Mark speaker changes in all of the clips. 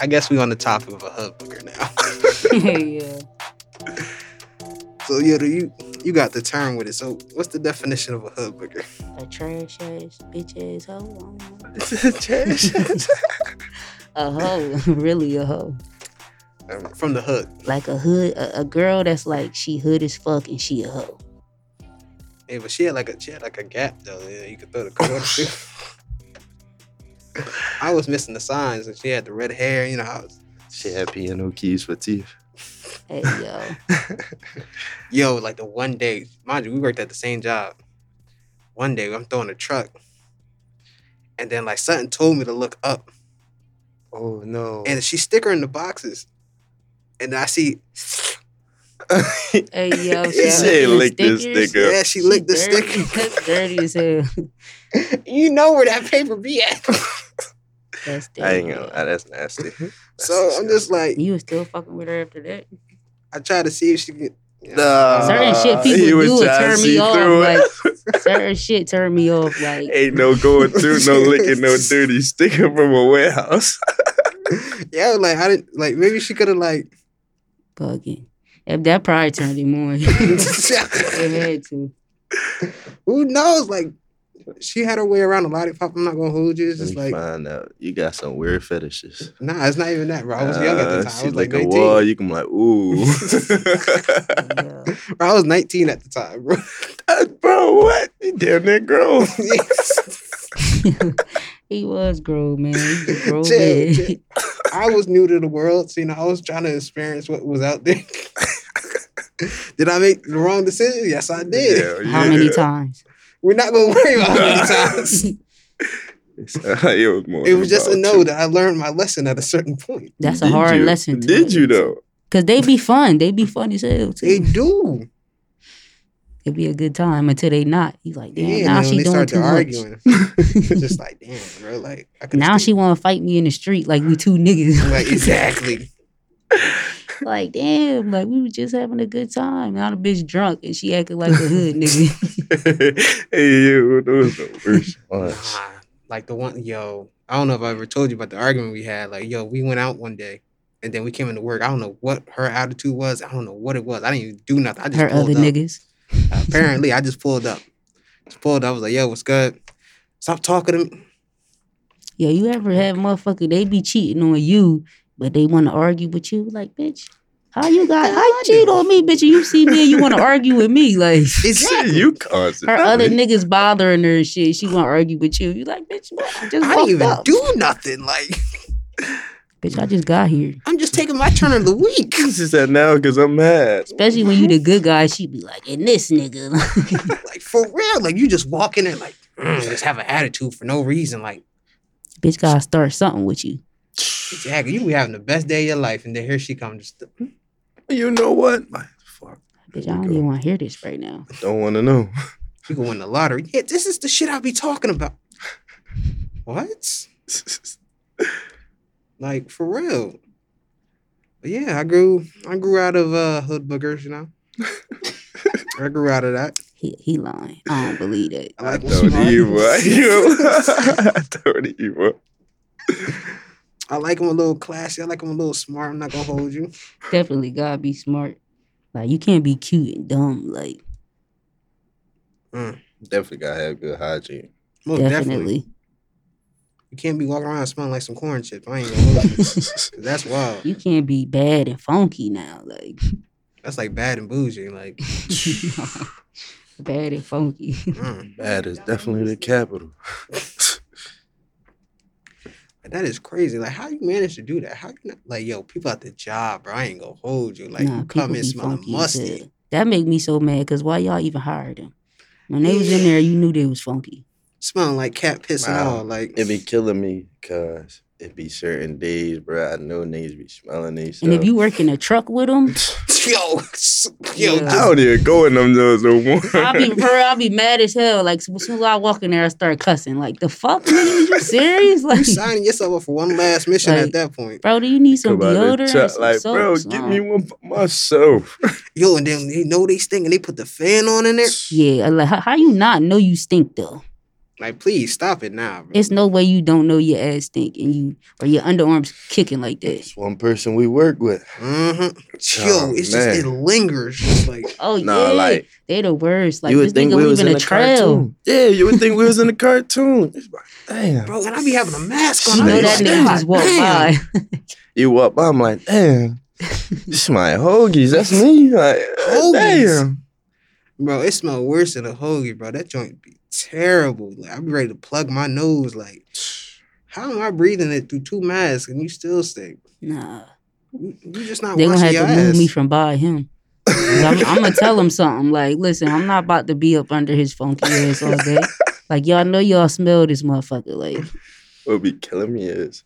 Speaker 1: I guess we on the topic of a hood booger now.
Speaker 2: yeah.
Speaker 1: so yeah, you you got the term with it. So what's the definition of a hood booger?
Speaker 2: A trash ass bitch ass hoe. I don't know.
Speaker 1: Trash.
Speaker 2: A hoe, really a hoe.
Speaker 1: Um, From the hood.
Speaker 2: Like a hood, a, a girl that's like she hood as fuck and she a hoe.
Speaker 1: Yeah, but she had like a she had like a gap though. Yeah, you could throw the quarter through. I was missing the signs, and she had the red hair. You know, I was,
Speaker 3: She had piano keys for teeth.
Speaker 2: Hey yo,
Speaker 1: yo, like the one day, mind you, we worked at the same job. One day, I'm throwing a truck, and then like something told me to look up,
Speaker 3: Oh no!
Speaker 1: and she sticker in the boxes, and I see,
Speaker 2: hey yo,
Speaker 1: She
Speaker 3: said
Speaker 2: licking
Speaker 3: lick this
Speaker 2: stickers.
Speaker 3: sticker. Yeah.
Speaker 1: yeah, she licked the
Speaker 2: dirty.
Speaker 1: sticker.
Speaker 2: That's dirty as hell.
Speaker 1: you know where that paper be at.
Speaker 2: That's dirty.
Speaker 3: I ain't gonna. lie, That's nasty. That's
Speaker 1: so I'm just like,
Speaker 2: You was still fucking with her after that.
Speaker 1: I try to see if she can.
Speaker 3: disgusting. Nah,
Speaker 2: Certain shit people
Speaker 3: he was
Speaker 2: do it
Speaker 3: trying to
Speaker 2: turn me
Speaker 3: see
Speaker 2: off.
Speaker 3: through it.
Speaker 2: Like certain shit turn me off. Like
Speaker 3: Ain't no going through, no licking, no dirty sticker from a warehouse.
Speaker 1: yeah, like I didn't like maybe she could have like.
Speaker 2: bugging. If that probably turned him on. it had to.
Speaker 1: Who knows? Like, she had her way around a lollipop. I'm not gonna hold you. It's
Speaker 3: Let
Speaker 1: just
Speaker 3: me
Speaker 1: like,
Speaker 3: find out. You got some weird fetishes.
Speaker 1: nah, it's not even that, bro. I was young at
Speaker 3: Uh,
Speaker 1: the time. I
Speaker 3: She
Speaker 1: was like
Speaker 3: lick a wall.
Speaker 1: 19.
Speaker 3: You can be like, ooh,
Speaker 2: Yeah.
Speaker 1: Bro, I was 19 at the time, bro.
Speaker 3: bro. What? You damn near grown.
Speaker 2: he was grown, man. He was grown
Speaker 1: Chill,
Speaker 2: man.
Speaker 1: chill. I was new to the world, so you know, I was trying to experience what was out there. did I make the wrong decision? Yes, I did.
Speaker 3: Hell
Speaker 2: How many
Speaker 3: yeah.
Speaker 2: times?
Speaker 1: We're not gonna worry about how many times.
Speaker 3: it was more.
Speaker 1: It
Speaker 3: than
Speaker 1: was just a
Speaker 3: about
Speaker 1: no
Speaker 3: two.
Speaker 1: that I learned my lesson at a certain point.
Speaker 2: That's a
Speaker 3: Did
Speaker 2: hard
Speaker 3: you?
Speaker 2: lesson. To
Speaker 3: Did you
Speaker 2: learn.
Speaker 3: though?
Speaker 2: Cause they be fun. They be fun as hell
Speaker 1: They
Speaker 2: too.
Speaker 1: do.
Speaker 2: It'd be a good time until they not. He's like, damn.
Speaker 1: Yeah, and then
Speaker 2: now
Speaker 1: when
Speaker 2: she
Speaker 1: they
Speaker 2: doing
Speaker 1: start to
Speaker 2: too much.
Speaker 1: arguing. it's just like, damn, bro. Like, I could've
Speaker 2: Now
Speaker 1: stayed.
Speaker 2: she want to fight me in the street like we two niggas.
Speaker 1: Like, exactly.
Speaker 2: like damn, like we was just having a good time. Now the bitch drunk and she acting like a hood nigga.
Speaker 3: hey, yo, those are the worst ones.
Speaker 1: Nah, like the one, yo, I don't know if I ever told you about the argument we had. Like, yo, we went out one day and then we came into work. I don't know what her attitude was. I don't know what it was. I didn't even do nothing. I just
Speaker 2: Her
Speaker 1: pulled
Speaker 2: other
Speaker 1: up.
Speaker 2: niggas.
Speaker 1: Apparently, I just pulled up. Just pulled up. I was like, yo, what's good? Stop talking to me.
Speaker 2: Yo, you ever have motherfucker? They be cheating on you, but they want to argue with you. Like bitch, how you got? How you cheat on me, bitch? You see me and you want to argue with me? Like
Speaker 3: Shit, you caused it.
Speaker 2: her
Speaker 3: I
Speaker 2: other
Speaker 3: mean,
Speaker 2: niggas bothering her and shit. She want to argue with you. You like bitch? What? I just
Speaker 1: I didn't
Speaker 2: woke
Speaker 1: even
Speaker 2: up.
Speaker 1: do nothing. Like,
Speaker 2: bitch. I just got here.
Speaker 1: I'm just taking my turn of the week.
Speaker 3: This is that now because I'm mad.
Speaker 2: Especially when you the good guy, she be like, and this nigga.
Speaker 1: like, for real. Like, you just walk in there, like, mm, just have an attitude for no reason. Like,
Speaker 2: bitch gotta start something with you.
Speaker 1: exactly. You be having the best day of your life. And then here she comes. Just,
Speaker 3: You know what? Like, fuck,
Speaker 2: Bitch,
Speaker 3: Here
Speaker 2: I don't
Speaker 3: we go.
Speaker 2: even want to hear this right now.
Speaker 3: I don't want to know.
Speaker 1: You can win the lottery. Yeah, this is the shit I be talking about. What? Like for real. But yeah, I grew I grew out of uh hood boogers, you know. I grew out of that.
Speaker 2: He he lying. I don't believe that.
Speaker 1: I like when she
Speaker 3: don't even. You.
Speaker 1: argues.
Speaker 3: I don't even.
Speaker 1: I like them a little classy. I like them a little smart. I'm not gonna hold you.
Speaker 2: Definitely gotta be smart. Like you can't be cute and dumb. Like
Speaker 3: Definitely gotta have good hygiene.
Speaker 1: Most Oh, definitely.
Speaker 2: definitely.
Speaker 1: You can't be walking around smelling like some corn chips. I ain't gonna hold you. 'Cause That's wild.
Speaker 2: You can't be bad and funky now. Like
Speaker 1: That's like bad and bougie. Like
Speaker 2: bad and funky.
Speaker 1: mm.
Speaker 3: Bad is definitely the capital.
Speaker 1: that is crazy. Like how you manage to do that? How you not, like yo, people at the job, bro. I ain't gonna hold you. Like
Speaker 2: nah,
Speaker 1: you
Speaker 2: people
Speaker 1: come
Speaker 2: be
Speaker 1: in smelling
Speaker 2: funky as
Speaker 1: musty.
Speaker 2: hell. That make me so mad. Cause why y'all even hired them? When they was in there, you knew they was funky.
Speaker 1: smelling like cat piss and
Speaker 3: Wow.
Speaker 1: all. Like
Speaker 3: It be killing me because it be certain days, bro. I know niggas be smelling these.
Speaker 2: And if you work in a truck with them,
Speaker 1: yo, yo,
Speaker 2: Yeah.
Speaker 3: I
Speaker 1: just-
Speaker 3: don't even go in them those no more.
Speaker 2: I'll be for real, I'll be mad as hell. Like as soon as I walk in there, I start cussing. Like the fuck, nigga, you serious?
Speaker 1: you
Speaker 2: Like,
Speaker 1: signing yourself up for one last mission
Speaker 2: Like-
Speaker 1: at that point.
Speaker 2: bro, do you need some
Speaker 3: Come out the
Speaker 2: deodorant? or
Speaker 3: truck,
Speaker 2: some
Speaker 3: like, bro,
Speaker 2: soap?
Speaker 3: give
Speaker 2: Something?
Speaker 3: me one for myself.
Speaker 1: Yo, and then they know they stink and they put the fan on in there.
Speaker 2: Yeah, like how, how you not know you stink though?
Speaker 1: Like, please stop it now, bro.
Speaker 2: It's no way you don't know your ass stink and you or your underarms kicking like that.
Speaker 3: It's one person we work with.
Speaker 1: Mhm.
Speaker 3: Oh,
Speaker 1: Yo, it's
Speaker 3: man.
Speaker 1: just it lingers. Just like
Speaker 2: Oh
Speaker 3: Nah,
Speaker 2: yeah,
Speaker 3: like
Speaker 2: they the worst. Like
Speaker 3: you
Speaker 2: this
Speaker 3: would think
Speaker 2: nigga
Speaker 3: we was
Speaker 2: leaving a
Speaker 3: in a
Speaker 2: trail.
Speaker 3: cartoon. Yeah, you would think we was in a cartoon. It's like, damn.
Speaker 1: bro, and I be having a mask
Speaker 2: You
Speaker 1: on. I
Speaker 2: know
Speaker 1: be
Speaker 2: that
Speaker 1: like,
Speaker 2: nigga
Speaker 1: "God
Speaker 2: just walked
Speaker 1: damn."
Speaker 2: by.
Speaker 3: You walk by, I'm like, damn. This my hoagies. That's me. Like,
Speaker 1: Hoagies?
Speaker 3: damn.
Speaker 1: Bro, it smell worse than a hoagie, bro. That joint be terrible. Like, I be ready to plug my nose. Like, how am I breathing it through two masks and you still stink?
Speaker 2: Nah,
Speaker 1: You, you just not
Speaker 2: they gonna
Speaker 1: washing
Speaker 2: have
Speaker 1: your
Speaker 2: to move
Speaker 1: ass.
Speaker 2: me from by him. 'Cause I'm, I'm gonna tell him something. Like, listen, I'm not about to be up under his funky ass all day. Like, y'all know y'all smell this motherfucker. Like,
Speaker 3: What be killing me is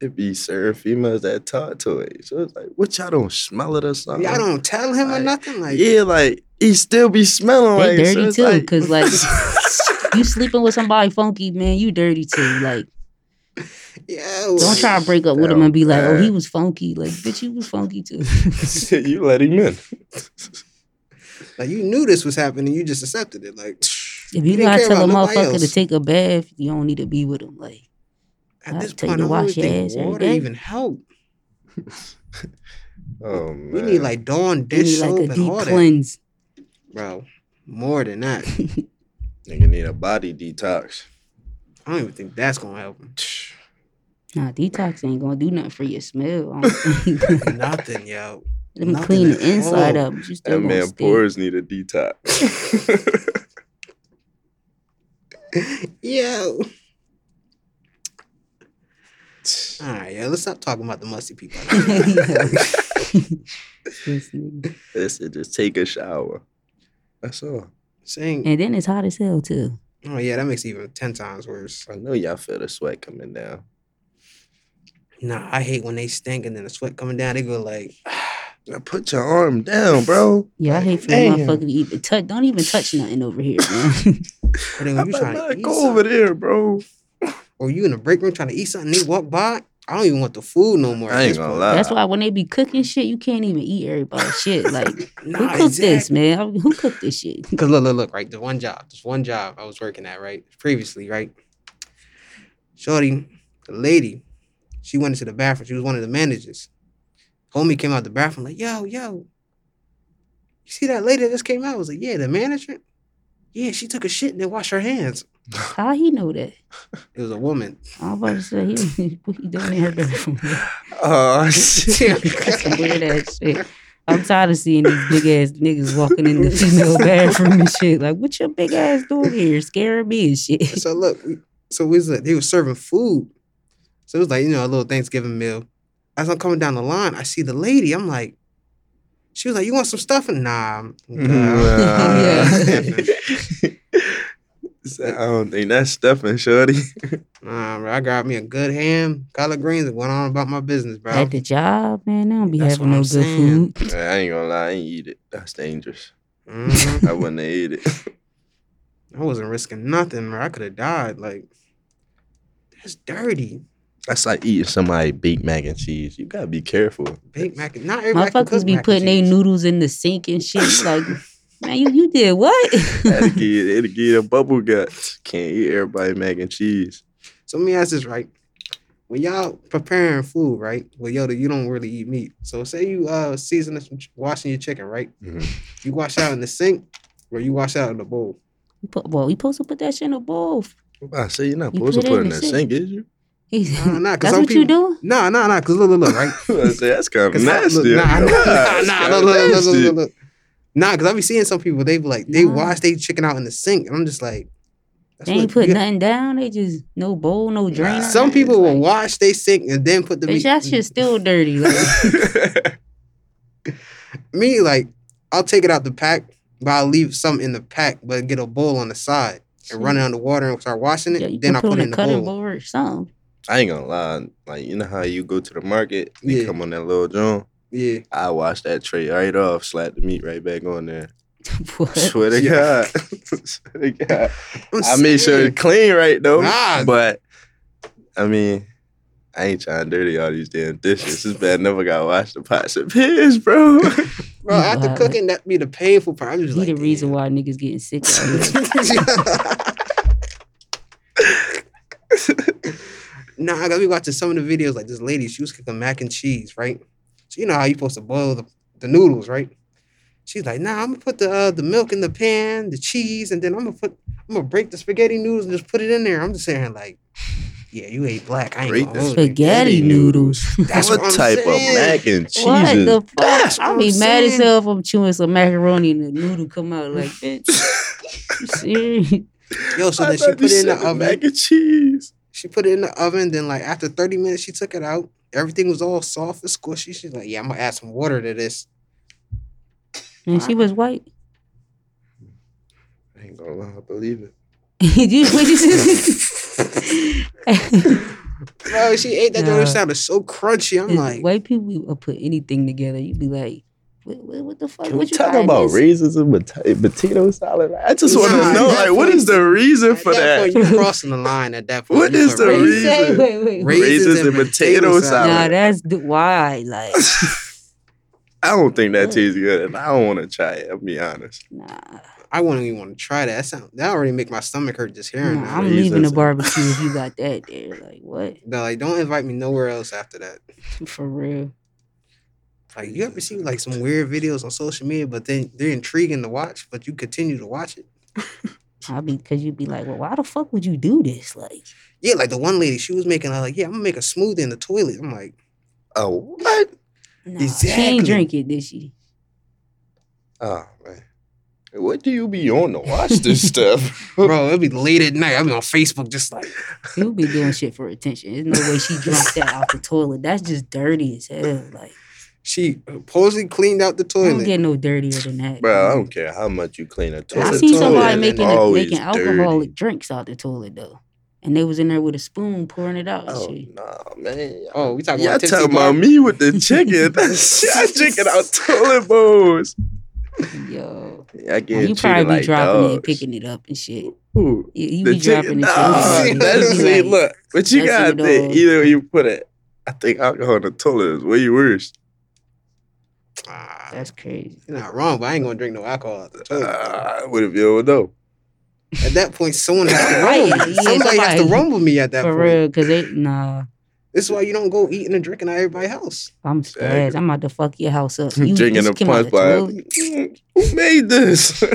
Speaker 3: it be certain females that talk to it. So it's like, what y'all don't smell it or something?
Speaker 1: Y'all don't tell him
Speaker 3: Like,
Speaker 1: or nothing. Like,
Speaker 3: yeah, like he still be smelling
Speaker 2: They
Speaker 3: like so
Speaker 2: dirty
Speaker 3: it's
Speaker 2: too,
Speaker 3: like-
Speaker 2: 'cause, like- you sleeping with somebody funky, man, you dirty too. Like,
Speaker 1: yeah.
Speaker 2: don't
Speaker 1: like,
Speaker 2: try to break up with him
Speaker 3: Damn,
Speaker 2: and be like, oh, he
Speaker 3: man.
Speaker 2: was funky. Like, bitch, you was funky too.
Speaker 3: you let him in.
Speaker 1: Like, you knew this was happening. You just accepted it. Like,
Speaker 2: If you
Speaker 1: didn't
Speaker 2: gotta
Speaker 1: care
Speaker 2: tell a
Speaker 1: about nobody
Speaker 2: motherfucker to
Speaker 1: else.
Speaker 2: take a bath, you don't need to be with him. Like,
Speaker 1: at
Speaker 2: I'll
Speaker 1: this
Speaker 2: tell you
Speaker 1: point,
Speaker 2: to
Speaker 1: I
Speaker 2: wash
Speaker 1: don't
Speaker 2: your
Speaker 1: really
Speaker 2: ass
Speaker 1: think
Speaker 2: every
Speaker 1: water
Speaker 2: day.
Speaker 1: even help.
Speaker 3: Oh man.
Speaker 1: We need like Dawn
Speaker 2: you
Speaker 1: dish
Speaker 2: need
Speaker 1: soap
Speaker 2: like a
Speaker 1: and
Speaker 2: deep
Speaker 1: all
Speaker 2: cleanse.
Speaker 1: that, bro. More than that,
Speaker 3: nigga need a body detox.
Speaker 1: I don't even think that's gonna help him.
Speaker 2: Nah, detox ain't gonna do nothing for your smell. I don't think.
Speaker 1: Nothing, yo.
Speaker 2: Let me
Speaker 1: Nothing
Speaker 2: clean
Speaker 1: at
Speaker 2: the inside
Speaker 1: all.
Speaker 2: up. but You still
Speaker 3: That
Speaker 2: gonna
Speaker 3: man
Speaker 2: stink.
Speaker 3: pores need a detox.
Speaker 1: Yo. All right, yeah. Let's stop talking about the musty people.
Speaker 2: This nigga.
Speaker 3: Listen, just take a shower. That's all.
Speaker 1: Saying,
Speaker 2: and then it's hot as hell too.
Speaker 1: oh yeah, that makes it even ten times worse.
Speaker 3: I know y'all feel the sweat coming down.
Speaker 1: Nah, I hate when they stink and then the sweat coming down. They go like,
Speaker 3: Now put your arm down, bro.
Speaker 2: Yeah, I hate for a
Speaker 3: Damn.
Speaker 2: motherfucker to even touch. Don't even touch nothing over here, man.
Speaker 1: but then
Speaker 3: I'm
Speaker 1: when you
Speaker 3: like,
Speaker 1: trying to
Speaker 3: man,
Speaker 1: eat
Speaker 3: go over
Speaker 1: something,
Speaker 3: there, bro.
Speaker 1: or you in the break room trying to eat something, they walk by. I don't even want the food no more. at
Speaker 3: I ain't
Speaker 1: this
Speaker 3: gonna
Speaker 1: point.
Speaker 3: lie.
Speaker 2: That's why when they be cooking shit, you can't even eat everybody's shit. Like,
Speaker 1: Nah,
Speaker 2: who cooked this,
Speaker 1: exact-
Speaker 2: man? I mean, Who cooked this shit?
Speaker 1: Cause look, look, look, right. The one job, this one job I was working at, right, previously, right. Shorty, the lady, she went into the bathroom. She was one of the managers. Homie came out the bathroom like, yo, yo. You see that lady that just came out? I was like, yeah, the manager. Yeah, she took a shit and then washed her hands.
Speaker 2: How he know that?
Speaker 1: It was a woman.
Speaker 2: I'm about to say he, what he doing in her bathroom.
Speaker 3: Oh shit.
Speaker 2: That's some weird ass shit. I'm tired of seeing these big ass niggas walking in the female bathroom and shit. Like, what your big ass doing here? Scaring me and shit.
Speaker 1: so look, we- so we was like, they were serving food. So it was like, you know, a little Thanksgiving meal. As I'm coming down the line, I see the lady. I'm like, she was like, you want some stuffing? Nah. I'm
Speaker 3: Mm-hmm.
Speaker 1: good.
Speaker 3: So I don't think that's stuffing, shorty.
Speaker 1: Nah, bro, I grabbed me a good ham, collard greens, and went on about my business, bro.
Speaker 2: At the job, man, they don't be
Speaker 1: That's
Speaker 2: having
Speaker 1: what
Speaker 2: no
Speaker 1: I'm
Speaker 2: good
Speaker 1: saying.
Speaker 2: food.
Speaker 3: I ain't gonna lie, I ain't eat it. That's dangerous.
Speaker 1: Mhm.
Speaker 3: I wouldn't have eat it.
Speaker 1: I wasn't risking nothing, bro. I could have died. Like, that's dirty.
Speaker 3: That's like eating somebody baked mac and cheese. You gotta be careful.
Speaker 1: Baked mac and not everybody can
Speaker 2: Motherfuckers
Speaker 1: cook
Speaker 2: be
Speaker 1: mac and
Speaker 2: putting their
Speaker 1: cheese.
Speaker 2: noodles in the sink and shit. Like, man, you, you did what?
Speaker 3: It'll get, it'll get a bubble guts. Can't eat everybody mac and cheese.
Speaker 1: So let me ask this right. When y'all preparing food, right? Well, Yoda, you don't really eat meat. So say you uh seasoning some ch- washing your chicken, right?
Speaker 3: Mhm.
Speaker 1: You wash out in the sink or you wash out in the bowl.
Speaker 2: You put- well, you supposed to put that shit in a bowl.
Speaker 3: I'm about to say you're not
Speaker 2: You
Speaker 3: supposed
Speaker 2: put
Speaker 3: to
Speaker 2: it in
Speaker 3: put it in
Speaker 2: the
Speaker 3: the
Speaker 2: sink.
Speaker 3: sink, is you?
Speaker 1: Nah, nah, Uh, 'cause
Speaker 2: That's
Speaker 1: some
Speaker 2: what you
Speaker 1: people-
Speaker 2: doing?
Speaker 1: Nah, nah, nah, cause look, look, look, right?
Speaker 3: I say that's kind of
Speaker 1: 'Cause I-
Speaker 3: nasty.
Speaker 1: look, nah,
Speaker 3: I'm like,
Speaker 1: nah,
Speaker 3: that's
Speaker 1: nah,
Speaker 3: kinda
Speaker 1: look, look, look, look,
Speaker 3: nasty.
Speaker 1: look, look. Nah, cause I be seeing some people, they be like, they
Speaker 2: Nah.
Speaker 1: wash they chicken out in the sink. And I'm just like, that's
Speaker 2: They ain't
Speaker 1: what-
Speaker 2: put
Speaker 1: yeah.
Speaker 2: nothing down. They just no bowl, no drain.
Speaker 3: Nah.
Speaker 1: Some people will
Speaker 2: Like,
Speaker 1: wash they sink and then put the
Speaker 2: Bitch,
Speaker 1: meat.
Speaker 2: that shit's still dirty. Like,
Speaker 1: me, like, I'll take it out the pack, but I'll leave some in the pack, but get a bowl on the side and run it under water and start washing it.
Speaker 2: Yeah, you
Speaker 1: then
Speaker 2: can
Speaker 1: I put, it in
Speaker 2: a
Speaker 1: the
Speaker 2: cutting
Speaker 1: bowl.
Speaker 2: board or something.
Speaker 3: I ain't gonna lie. Like you know how you go to the market, they
Speaker 1: Yeah.
Speaker 3: come on that little joint.
Speaker 1: Yeah.
Speaker 3: I wash that tray right off, slap the meat right back on there.
Speaker 2: what?
Speaker 3: Swear to
Speaker 1: Yeah.
Speaker 3: God, swear to God.
Speaker 1: I'm
Speaker 3: I made sure
Speaker 1: saying,
Speaker 3: it's clean right though.
Speaker 1: Nah.
Speaker 3: But I mean, I ain't trying to dirty all these damn dishes. This bad never got washed the pots and pans, bro.
Speaker 1: Bro,
Speaker 2: You
Speaker 1: after
Speaker 2: wild.
Speaker 1: cooking, that be the painful part. I'm
Speaker 2: He
Speaker 1: just like,
Speaker 2: the reason
Speaker 1: damn.
Speaker 2: why niggas getting sick. out here.
Speaker 1: Nah, I gotta be watching some of the videos. Like this lady, she was cooking mac and cheese, right? So you know how you supposed to boil the, the noodles, right? She's like, nah, I'm gonna put the uh, the milk in the pan, the cheese, and then I'm gonna put I'm gonna break the spaghetti noodles and just put it in there. I'm just saying like, yeah, you ate black. I ain't
Speaker 3: Break
Speaker 1: gonna
Speaker 3: the
Speaker 1: hold you.
Speaker 2: Spaghetti noodles.
Speaker 1: That's
Speaker 3: what,
Speaker 1: what I'm
Speaker 3: type
Speaker 1: saying.
Speaker 3: of mac and cheese?
Speaker 2: What
Speaker 3: is-
Speaker 2: the fuck?
Speaker 1: That's what
Speaker 2: I'll
Speaker 1: I'm
Speaker 2: be mad as
Speaker 1: saying.
Speaker 2: hell if I'm chewing some macaroni and the noodle come out like, bitch. you serious?
Speaker 1: Yo, so
Speaker 3: I
Speaker 1: then she
Speaker 3: thought
Speaker 1: put
Speaker 3: you
Speaker 1: it in
Speaker 3: said
Speaker 1: the oven.
Speaker 3: Mac and cheese.
Speaker 1: She put it in the oven. Then like after 30 minutes, she took it out. Everything was all soft and squishy. She's like, yeah, I'm gonna add some water to this.
Speaker 2: And she was white.
Speaker 3: I ain't gonna lie, I believe it.
Speaker 2: you white
Speaker 1: Bro, she ate that.
Speaker 2: Nah.
Speaker 1: It sounded so crunchy. I'm like,
Speaker 2: white people will put anything together. You'd be like, what, what, what the fuck?
Speaker 3: Can we
Speaker 2: what you
Speaker 3: talk
Speaker 2: buying
Speaker 3: about
Speaker 2: this?
Speaker 3: raisins and potato salad? I just want
Speaker 1: Nah,
Speaker 3: to know,
Speaker 1: at that
Speaker 3: like, what
Speaker 1: point-
Speaker 3: is the reason for
Speaker 1: at
Speaker 3: that?
Speaker 1: point, you crossing the line at that point.
Speaker 3: What
Speaker 1: You
Speaker 3: is
Speaker 1: put
Speaker 3: the
Speaker 2: What
Speaker 1: raisins-
Speaker 2: you say?
Speaker 3: reason.
Speaker 2: Wait, wait, wait.
Speaker 3: Ra- Raisins and potato
Speaker 2: Nah,
Speaker 3: salad.
Speaker 2: that's the, why. Like,
Speaker 3: I don't think
Speaker 2: Mm.
Speaker 3: that tastes good, and I don't want to try it. I'll be honest.
Speaker 2: nah.
Speaker 1: I wouldn't even want to try that. That sound that already make my stomach hurt just hearing
Speaker 2: Nah,
Speaker 1: that.
Speaker 2: I'm leaving the
Speaker 3: raisins.
Speaker 2: barbecue if you got that there. Like, what?
Speaker 1: They're like, don't invite me nowhere else after that.
Speaker 2: For real.
Speaker 1: Like, you ever see like some weird videos on social media, but then they're intriguing to watch, but you continue to watch it.
Speaker 2: I'll be, because you'd be like, well, why the fuck would you do this? Like,
Speaker 1: Yeah, like the one lady, she was making like, yeah, I'm gonna make a smoothie in the toilet. I'm like,
Speaker 3: Oh, what?
Speaker 2: nah, she
Speaker 1: Exactly.
Speaker 2: ain't drink it, did she?
Speaker 3: Oh man, what do you be on to watch this stuff?
Speaker 1: bro, it'll be late at night. I'll be on Facebook just like,
Speaker 2: People be doing shit for attention. There's no way she dropped that out the toilet. That's just dirty as hell. Like,
Speaker 1: she supposedly cleaned out the
Speaker 2: I don't
Speaker 1: toilet.
Speaker 2: get no dirtier than that.
Speaker 3: Bro, I don't care how much you clean a toilet.
Speaker 2: I
Speaker 1: the
Speaker 2: seen
Speaker 3: toilet
Speaker 2: somebody
Speaker 3: is
Speaker 2: making a,
Speaker 3: always
Speaker 2: making alcoholic drinks out the toilet though, and they was in there with a spoon pouring it out. and
Speaker 3: Oh
Speaker 2: shit.
Speaker 3: no, man.
Speaker 1: Oh, we talking
Speaker 3: Y'all
Speaker 1: about tipsy
Speaker 3: talking
Speaker 1: bar?
Speaker 3: about me with the chicken? I chicken out toilet bowls.
Speaker 2: yo,
Speaker 3: I
Speaker 2: And
Speaker 3: get
Speaker 2: you probably
Speaker 3: treated
Speaker 2: be
Speaker 3: like
Speaker 2: dropping it, and
Speaker 3: dogs.
Speaker 2: picking it up and shit. You,
Speaker 3: Ooh,
Speaker 2: you
Speaker 3: the
Speaker 2: be dropping
Speaker 3: chicken.
Speaker 2: it.
Speaker 3: Nah,
Speaker 1: shit.
Speaker 3: that's
Speaker 1: You
Speaker 3: me. Look, but you
Speaker 2: that's
Speaker 3: got
Speaker 2: it
Speaker 3: to
Speaker 2: all.
Speaker 3: either you put it. I think alcohol in the toilet is way worse.
Speaker 1: Ah,
Speaker 2: That's crazy.
Speaker 1: you're not wrong, but I ain't gonna drink no alcohol out the toilet.
Speaker 3: Uh, I would have been able to know.
Speaker 1: At that point, someone has to
Speaker 2: Right,
Speaker 1: rumble. me.
Speaker 2: yeah,
Speaker 1: somebody has to
Speaker 2: somebody-
Speaker 1: rumble me at that
Speaker 2: For
Speaker 1: point.
Speaker 2: real, cause they nah.
Speaker 1: This is why you don't go eating and drinking at everybody's house.
Speaker 2: I'm
Speaker 3: Exactly.
Speaker 2: scared. I'm about to fuck your house up. You
Speaker 3: Drinking
Speaker 2: just
Speaker 3: a
Speaker 2: came out the
Speaker 3: punch
Speaker 2: toilet.
Speaker 3: line. Mm, Who made this?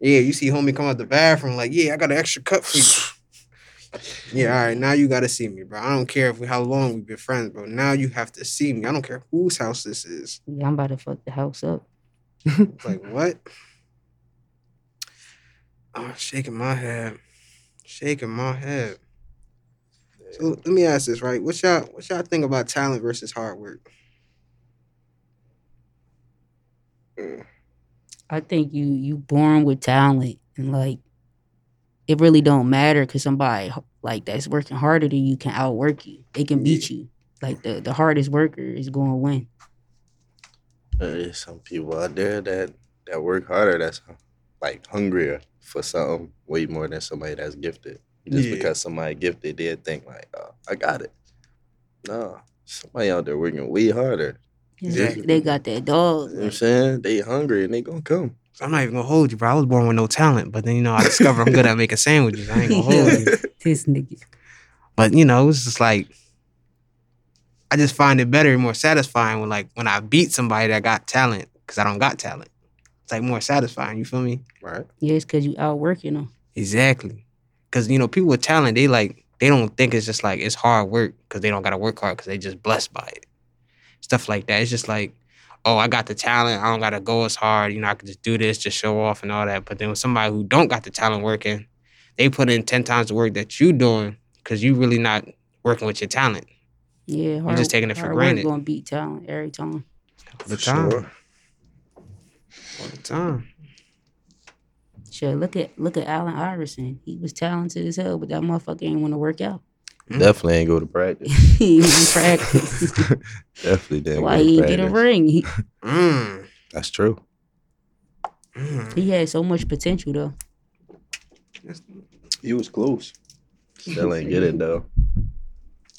Speaker 1: Yeah, you see homie come out the bathroom like, yeah, I got an extra cup for you. yeah, all right, now you gotta see me, bro. I don't care if we, how long we've been friends, bro. Now you have to see me. I don't care whose house this is.
Speaker 2: Yeah, I'm about to fuck the house up.
Speaker 1: It's like what? Oh, I'm shaking my head, shaking my head. So let me ask this, right? What y'all what y'all think about talent versus hard work?
Speaker 2: I think you you born with talent and like it really don't matter because somebody h- like that's working harder than you can outwork you. They can beat you. Like the the hardest worker is going to win.
Speaker 3: There's some people out there that that work harder. That's like hungrier for something way more than somebody that's gifted. Just
Speaker 1: Yeah.
Speaker 3: because somebody gifted, they think like, oh, I got it. No, somebody out there working way harder.
Speaker 2: They, they got that dog.
Speaker 3: You know what I'm saying they hungry and they gonna come.
Speaker 1: I'm not even gonna hold you, bro. I was born with no talent, but then you know I discovered I'm good at making sandwiches. I ain't gonna hold you.
Speaker 2: this nigga.
Speaker 1: But you know, it's just like I just find it better and more satisfying when like when I beat somebody that got talent because I don't got talent. It's like more satisfying. You feel me?
Speaker 3: Right.
Speaker 2: Yeah, it's because you outworking them.
Speaker 1: Exactly. Because you know, people with talent, they like they don't think it's just like it's hard work because they don't gotta work hard because they just blessed by it. Stuff like that. It's just like, oh, I got the talent. I don't gotta go as hard. You know, I can just do this, just show off and all that. But then with somebody who don't got the talent working, they put in ten times the work that you doing because you really not working with your talent.
Speaker 2: Yeah, hard,
Speaker 1: just taking it for
Speaker 2: hard
Speaker 1: granted.
Speaker 2: Going to beat talent every time.
Speaker 1: All the time. All the time.
Speaker 2: Sure, look at look at Allen Iverson. He was talented as hell, but that motherfucker ain't want to work out. Mm-hmm.
Speaker 1: Mm.
Speaker 3: Definitely ain't go to practice.
Speaker 2: he ain't wanna practice.
Speaker 3: Definitely didn't.
Speaker 2: Why
Speaker 3: go to
Speaker 2: he didn't get a
Speaker 3: practice.
Speaker 2: ring? He,
Speaker 1: Mm.
Speaker 3: That's true.
Speaker 1: Mm.
Speaker 2: he had so much potential though.
Speaker 3: He was close. Still ain't get it though.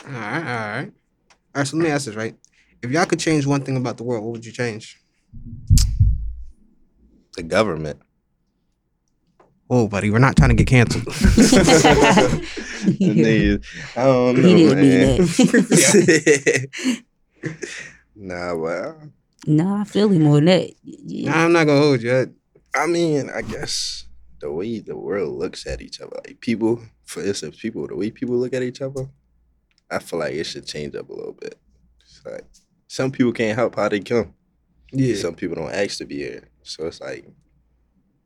Speaker 1: All right, all right. All right, so let me ask this, right? If y'all could change one thing about the world, what would you change?
Speaker 3: The government.
Speaker 1: Whoa, Oh, buddy, we're not trying to get canceled.
Speaker 3: Niggas, I don't know,
Speaker 2: He didn't mean
Speaker 3: man.
Speaker 2: that.
Speaker 3: nah, well,
Speaker 2: nah, I feel him on that. Yeah.
Speaker 1: nah, I'm not gonna hold you. I-
Speaker 3: I mean, I guess the way the world looks at each other, like people, for instance, people, the way people look at each other, I feel like it should change up a little bit. It's like some people can't help how they come.
Speaker 1: Yeah,
Speaker 3: Some people don't ask to be here, so it's like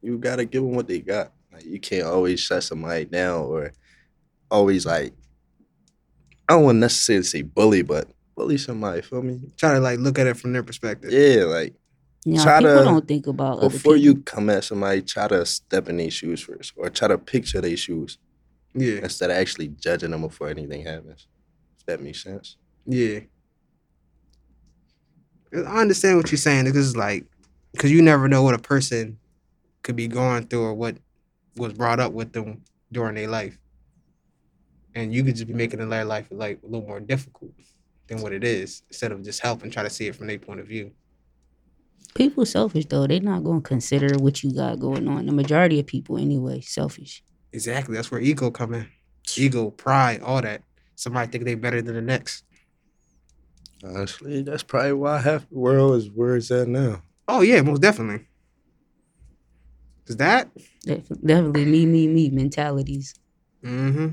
Speaker 3: you gotta give them what they got. Like you can't always shut somebody down or always like I don't want to necessarily say bully, but bully somebody. Feel me?
Speaker 1: try to like look at it from their perspective.
Speaker 3: Yeah, like
Speaker 2: You know,
Speaker 3: try
Speaker 2: people
Speaker 3: to-
Speaker 2: don't think about other
Speaker 3: before
Speaker 2: people.
Speaker 3: you come at somebody, try to step in their shoes first, or try to picture their shoes
Speaker 1: Yeah,
Speaker 3: instead of actually judging them before anything happens. If that makes sense.
Speaker 1: yeah. I understand what you're saying because it's like, because you never know what a person could be going through or what was brought up with them during their life, and you could just be making their life like a little more difficult than what it is instead of just helping try to see it from their point of view.
Speaker 2: People selfish though. They're not gonna consider what you got going on. The majority of people anyway, selfish.
Speaker 1: Exactly. That's where ego come in. Ego, pride, all that. Somebody think they better than the next.
Speaker 3: Honestly, that's probably why half the world is where it's at now.
Speaker 1: Oh yeah, most definitely. Is that?
Speaker 2: Def- Definitely me, me, me mentalities.
Speaker 1: Mm-hmm.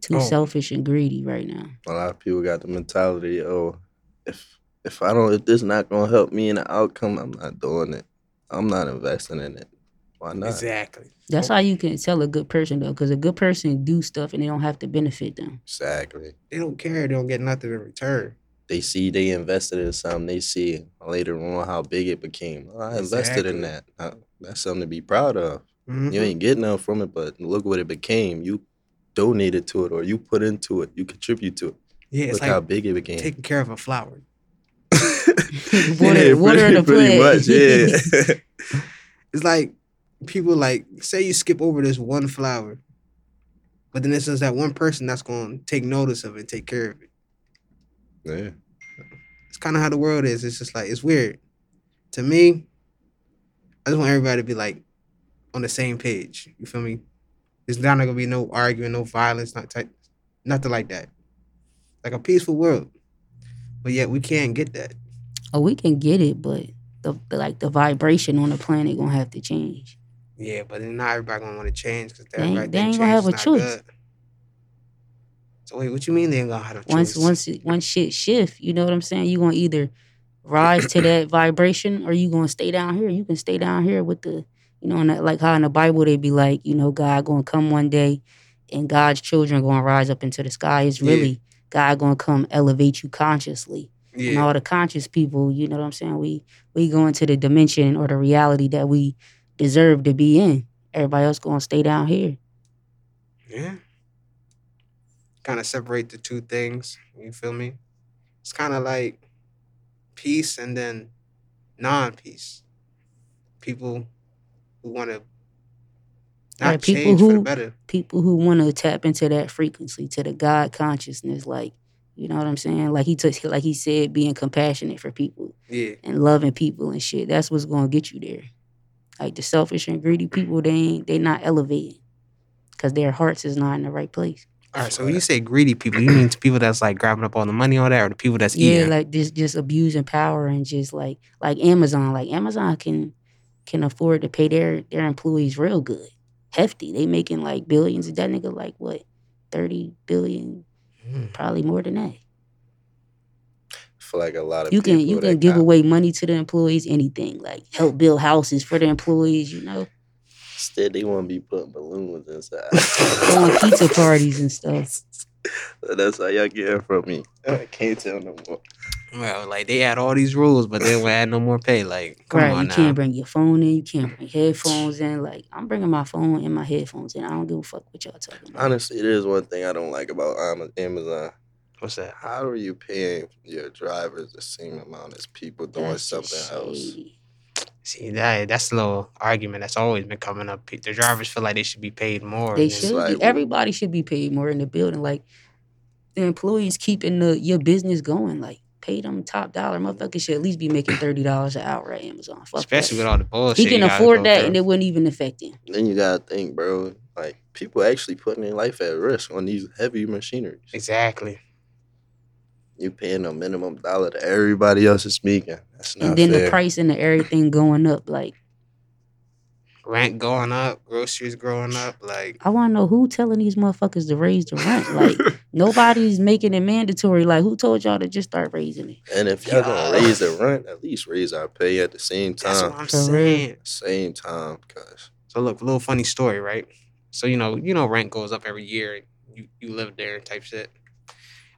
Speaker 2: Too
Speaker 1: Oh.
Speaker 2: selfish and greedy right now.
Speaker 3: A lot of people got the mentality, oh, if if I don't, if this not gonna help me in the outcome, I'm not doing it. I'm not investing in it. Why not?
Speaker 1: Exactly.
Speaker 2: That's how you can tell a good person though, because a good person do stuff and they don't have to benefit them.
Speaker 3: Exactly.
Speaker 1: They don't care. They don't get nothing in return.
Speaker 3: They see they invested in something. They see later on how big it became. Oh, I invested in that.
Speaker 1: Exactly.
Speaker 3: Uh, That's something to be proud of.
Speaker 1: Mhm.
Speaker 3: You ain't getting nothing from it, but look what it became. You donated to it, or you put into it. You contribute to it.
Speaker 1: Yeah, it's
Speaker 3: look how
Speaker 1: like
Speaker 3: big it became.
Speaker 1: taking care of a flower.
Speaker 2: Water- water in the
Speaker 3: pretty
Speaker 2: plant.
Speaker 3: much, yeah.
Speaker 1: It's like people like say you skip over this one flower, but then it's just that one person that's going to take notice of it, and take care of it.
Speaker 3: yeah.
Speaker 1: It's kind of how the world is. It's just like it's weird. To me, I just want everybody to be like on the same page. You feel me? There's not gonna be no arguing, no violence, not type, nothing like that. Like a peaceful world. But yet we can't get that.
Speaker 2: Oh, we can get it, but the, the like the vibration on the planet gonna have to change.
Speaker 1: Yeah, but then not everybody gonna want to change because
Speaker 2: They ain't-
Speaker 1: everybody
Speaker 2: they
Speaker 1: think
Speaker 2: ain't gonna
Speaker 1: change
Speaker 2: have
Speaker 1: is
Speaker 2: a
Speaker 1: not
Speaker 2: choice.
Speaker 1: good. So wait, what you mean they ain't gonna have a choice?
Speaker 2: Once once it- once shit shift, you know what I'm saying? You gonna either rise to that vibration or you gonna stay down here. You can stay down here with the you know, and that, like how in the Bible they be like, you know, God gonna come one day and God's children gonna rise up into the sky. It's
Speaker 1: Yeah.
Speaker 2: really God gonna come elevate you consciously. and
Speaker 1: yeah,
Speaker 2: all the conscious people, you know what I'm saying? We we go into the dimension or the reality that we deserve to be in. Everybody else gonna stay down here.
Speaker 1: yeah. Kind of separate the two things. You feel me? It's kind of like peace and then non-peace. People who want to not
Speaker 2: Like people
Speaker 1: change for the
Speaker 2: who-
Speaker 1: better.
Speaker 2: People who wanna tap into that frequency, to the God consciousness, like you know what I'm saying? Like he took like he said, being compassionate for people
Speaker 1: Yeah,
Speaker 2: and loving people and shit. That's what's gonna get you there. Like the selfish and greedy people, they ain't they not elevating. Cause their hearts is not in the right place.
Speaker 1: All right, so when you say greedy people, you mean to people that's like grabbing up all the money, all that, or the people that's
Speaker 2: yeah,
Speaker 1: eating?
Speaker 2: like just just abusing power and just like like Amazon, like Amazon can can afford to pay their their employees real good, hefty. They making like billions. That nigga like what thirty billion,
Speaker 1: Mm.
Speaker 2: probably more than that.
Speaker 3: For like a lot of
Speaker 2: You can
Speaker 3: people
Speaker 2: you
Speaker 3: that
Speaker 2: can give
Speaker 3: got
Speaker 2: away money to the employees, anything like help build houses for the employees. You know,
Speaker 3: Instead, they want to be putting balloons inside.
Speaker 2: going Oh, pizza parties and stuff.
Speaker 3: So that's how y'all get it from me. I can't tell no more.
Speaker 1: Well, like they had all these rules, but they won't add no more pay. Like, come
Speaker 2: right,
Speaker 1: on
Speaker 2: you
Speaker 1: now.
Speaker 2: can't bring your phone in. You can't bring headphones in. Like I'm bringing my phone and my headphones in. I don't give a fuck what y'all talking about.
Speaker 3: Honestly, it is one thing I don't like about Ama- Amazon.
Speaker 1: What's that?
Speaker 3: How are you paying your drivers the same amount as people doing
Speaker 2: That's just
Speaker 3: something else?
Speaker 2: shady.
Speaker 1: See that that's the little argument that's always been coming up. Pe- The drivers feel like they should be paid more.
Speaker 2: They
Speaker 1: than-
Speaker 2: should.
Speaker 3: like-
Speaker 2: be. Everybody should be paid more in the building. Like the employees keeping the your business going. Like pay them top dollar. Motherfucker should at least be making thirty dollars an hour at Amazon. Fuck
Speaker 1: Especially with
Speaker 2: that.
Speaker 1: all the bullshit.
Speaker 2: he can
Speaker 1: you gotta go
Speaker 2: afford that, and
Speaker 1: through.
Speaker 2: it wouldn't even affect him.
Speaker 3: Then you gotta think, bro. Like people actually putting their life at risk on these heavy machineries.
Speaker 1: Exactly.
Speaker 3: You paying a minimum dollar to everybody else is making. That's not
Speaker 2: and then
Speaker 3: fair.
Speaker 2: the pricing and everything going up. Like
Speaker 1: Rent going up, groceries growing up, like
Speaker 2: I want to know who telling these motherfuckers to raise the rent. Like nobody's making it mandatory. Like who told y'all to just start raising it?
Speaker 3: And if y'all
Speaker 1: Yeah.
Speaker 3: gonna raise the rent, at least raise our pay at the same
Speaker 1: that's what
Speaker 3: time.
Speaker 1: I'm
Speaker 2: For real.
Speaker 1: saying.
Speaker 3: Same time, cause
Speaker 1: So look, a little funny story, right? So you know, you know, rent goes up every year. You you live there and type shit.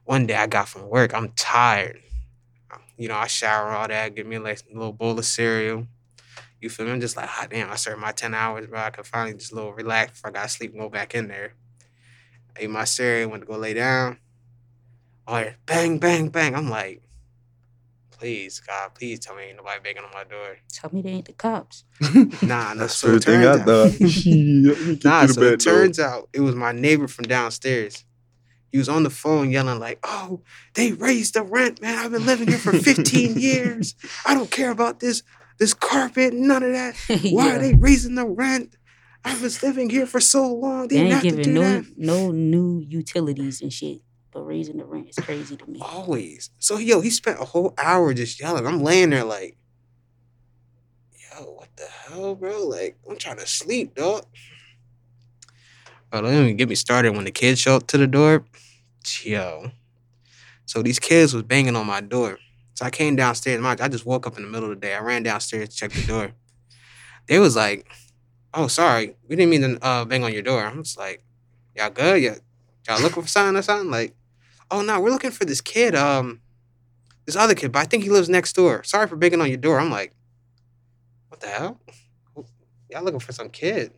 Speaker 1: One day I got from work. I'm tired. You know, I shower all that. Give me like a little bowl of cereal. You feel me? I'm just like, hot damn. I served my ten hours, bro. I could finally just a little relax before I got to sleep and go back in there. I ate my cereal. Went to go lay down. All right, bang, bang, bang. I'm like, please, God, please tell me ain't nobody banging on my door.
Speaker 2: Tell me they ain't the cops.
Speaker 1: Nah, that's
Speaker 3: that's
Speaker 1: so
Speaker 3: the
Speaker 1: it
Speaker 3: thing
Speaker 1: turns
Speaker 3: I
Speaker 1: out-
Speaker 3: thought. Yeah, let me get
Speaker 1: Nah,
Speaker 3: through the
Speaker 1: so it
Speaker 3: bed, though.
Speaker 1: turns out it was my neighbor from downstairs. He was on the phone yelling like, "Oh, they raised the rent, man! I've been living here for 15 years. I don't care about this this carpet, none of that. Why
Speaker 2: Yeah.
Speaker 1: are they raising the rent? I was living here for so long. They,
Speaker 2: They
Speaker 1: didn't have
Speaker 2: ain't
Speaker 1: to do
Speaker 2: giving no
Speaker 1: that
Speaker 2: no new utilities and shit. But raising the rent is crazy to me.
Speaker 1: always." So yo, he spent a whole hour just yelling. I'm laying there like, "Yo, what the hell, bro? Like, I'm trying to sleep, dog." Bro, don't even get me started when the kids show up to the door. Yo. So these kids was banging on my door. So I came downstairs. Mind you, I just woke up in the middle of the day. I ran downstairs to check the door. They was like, oh, sorry. We didn't mean to uh, bang on your door. I'm just like, y'all good? Y'all, y'all looking for something or something? Like, oh, no, we're looking for this kid. Um, This other kid, but I think he lives next door. Sorry for banging on your door. I'm like, what the hell? Y'all looking for some kid.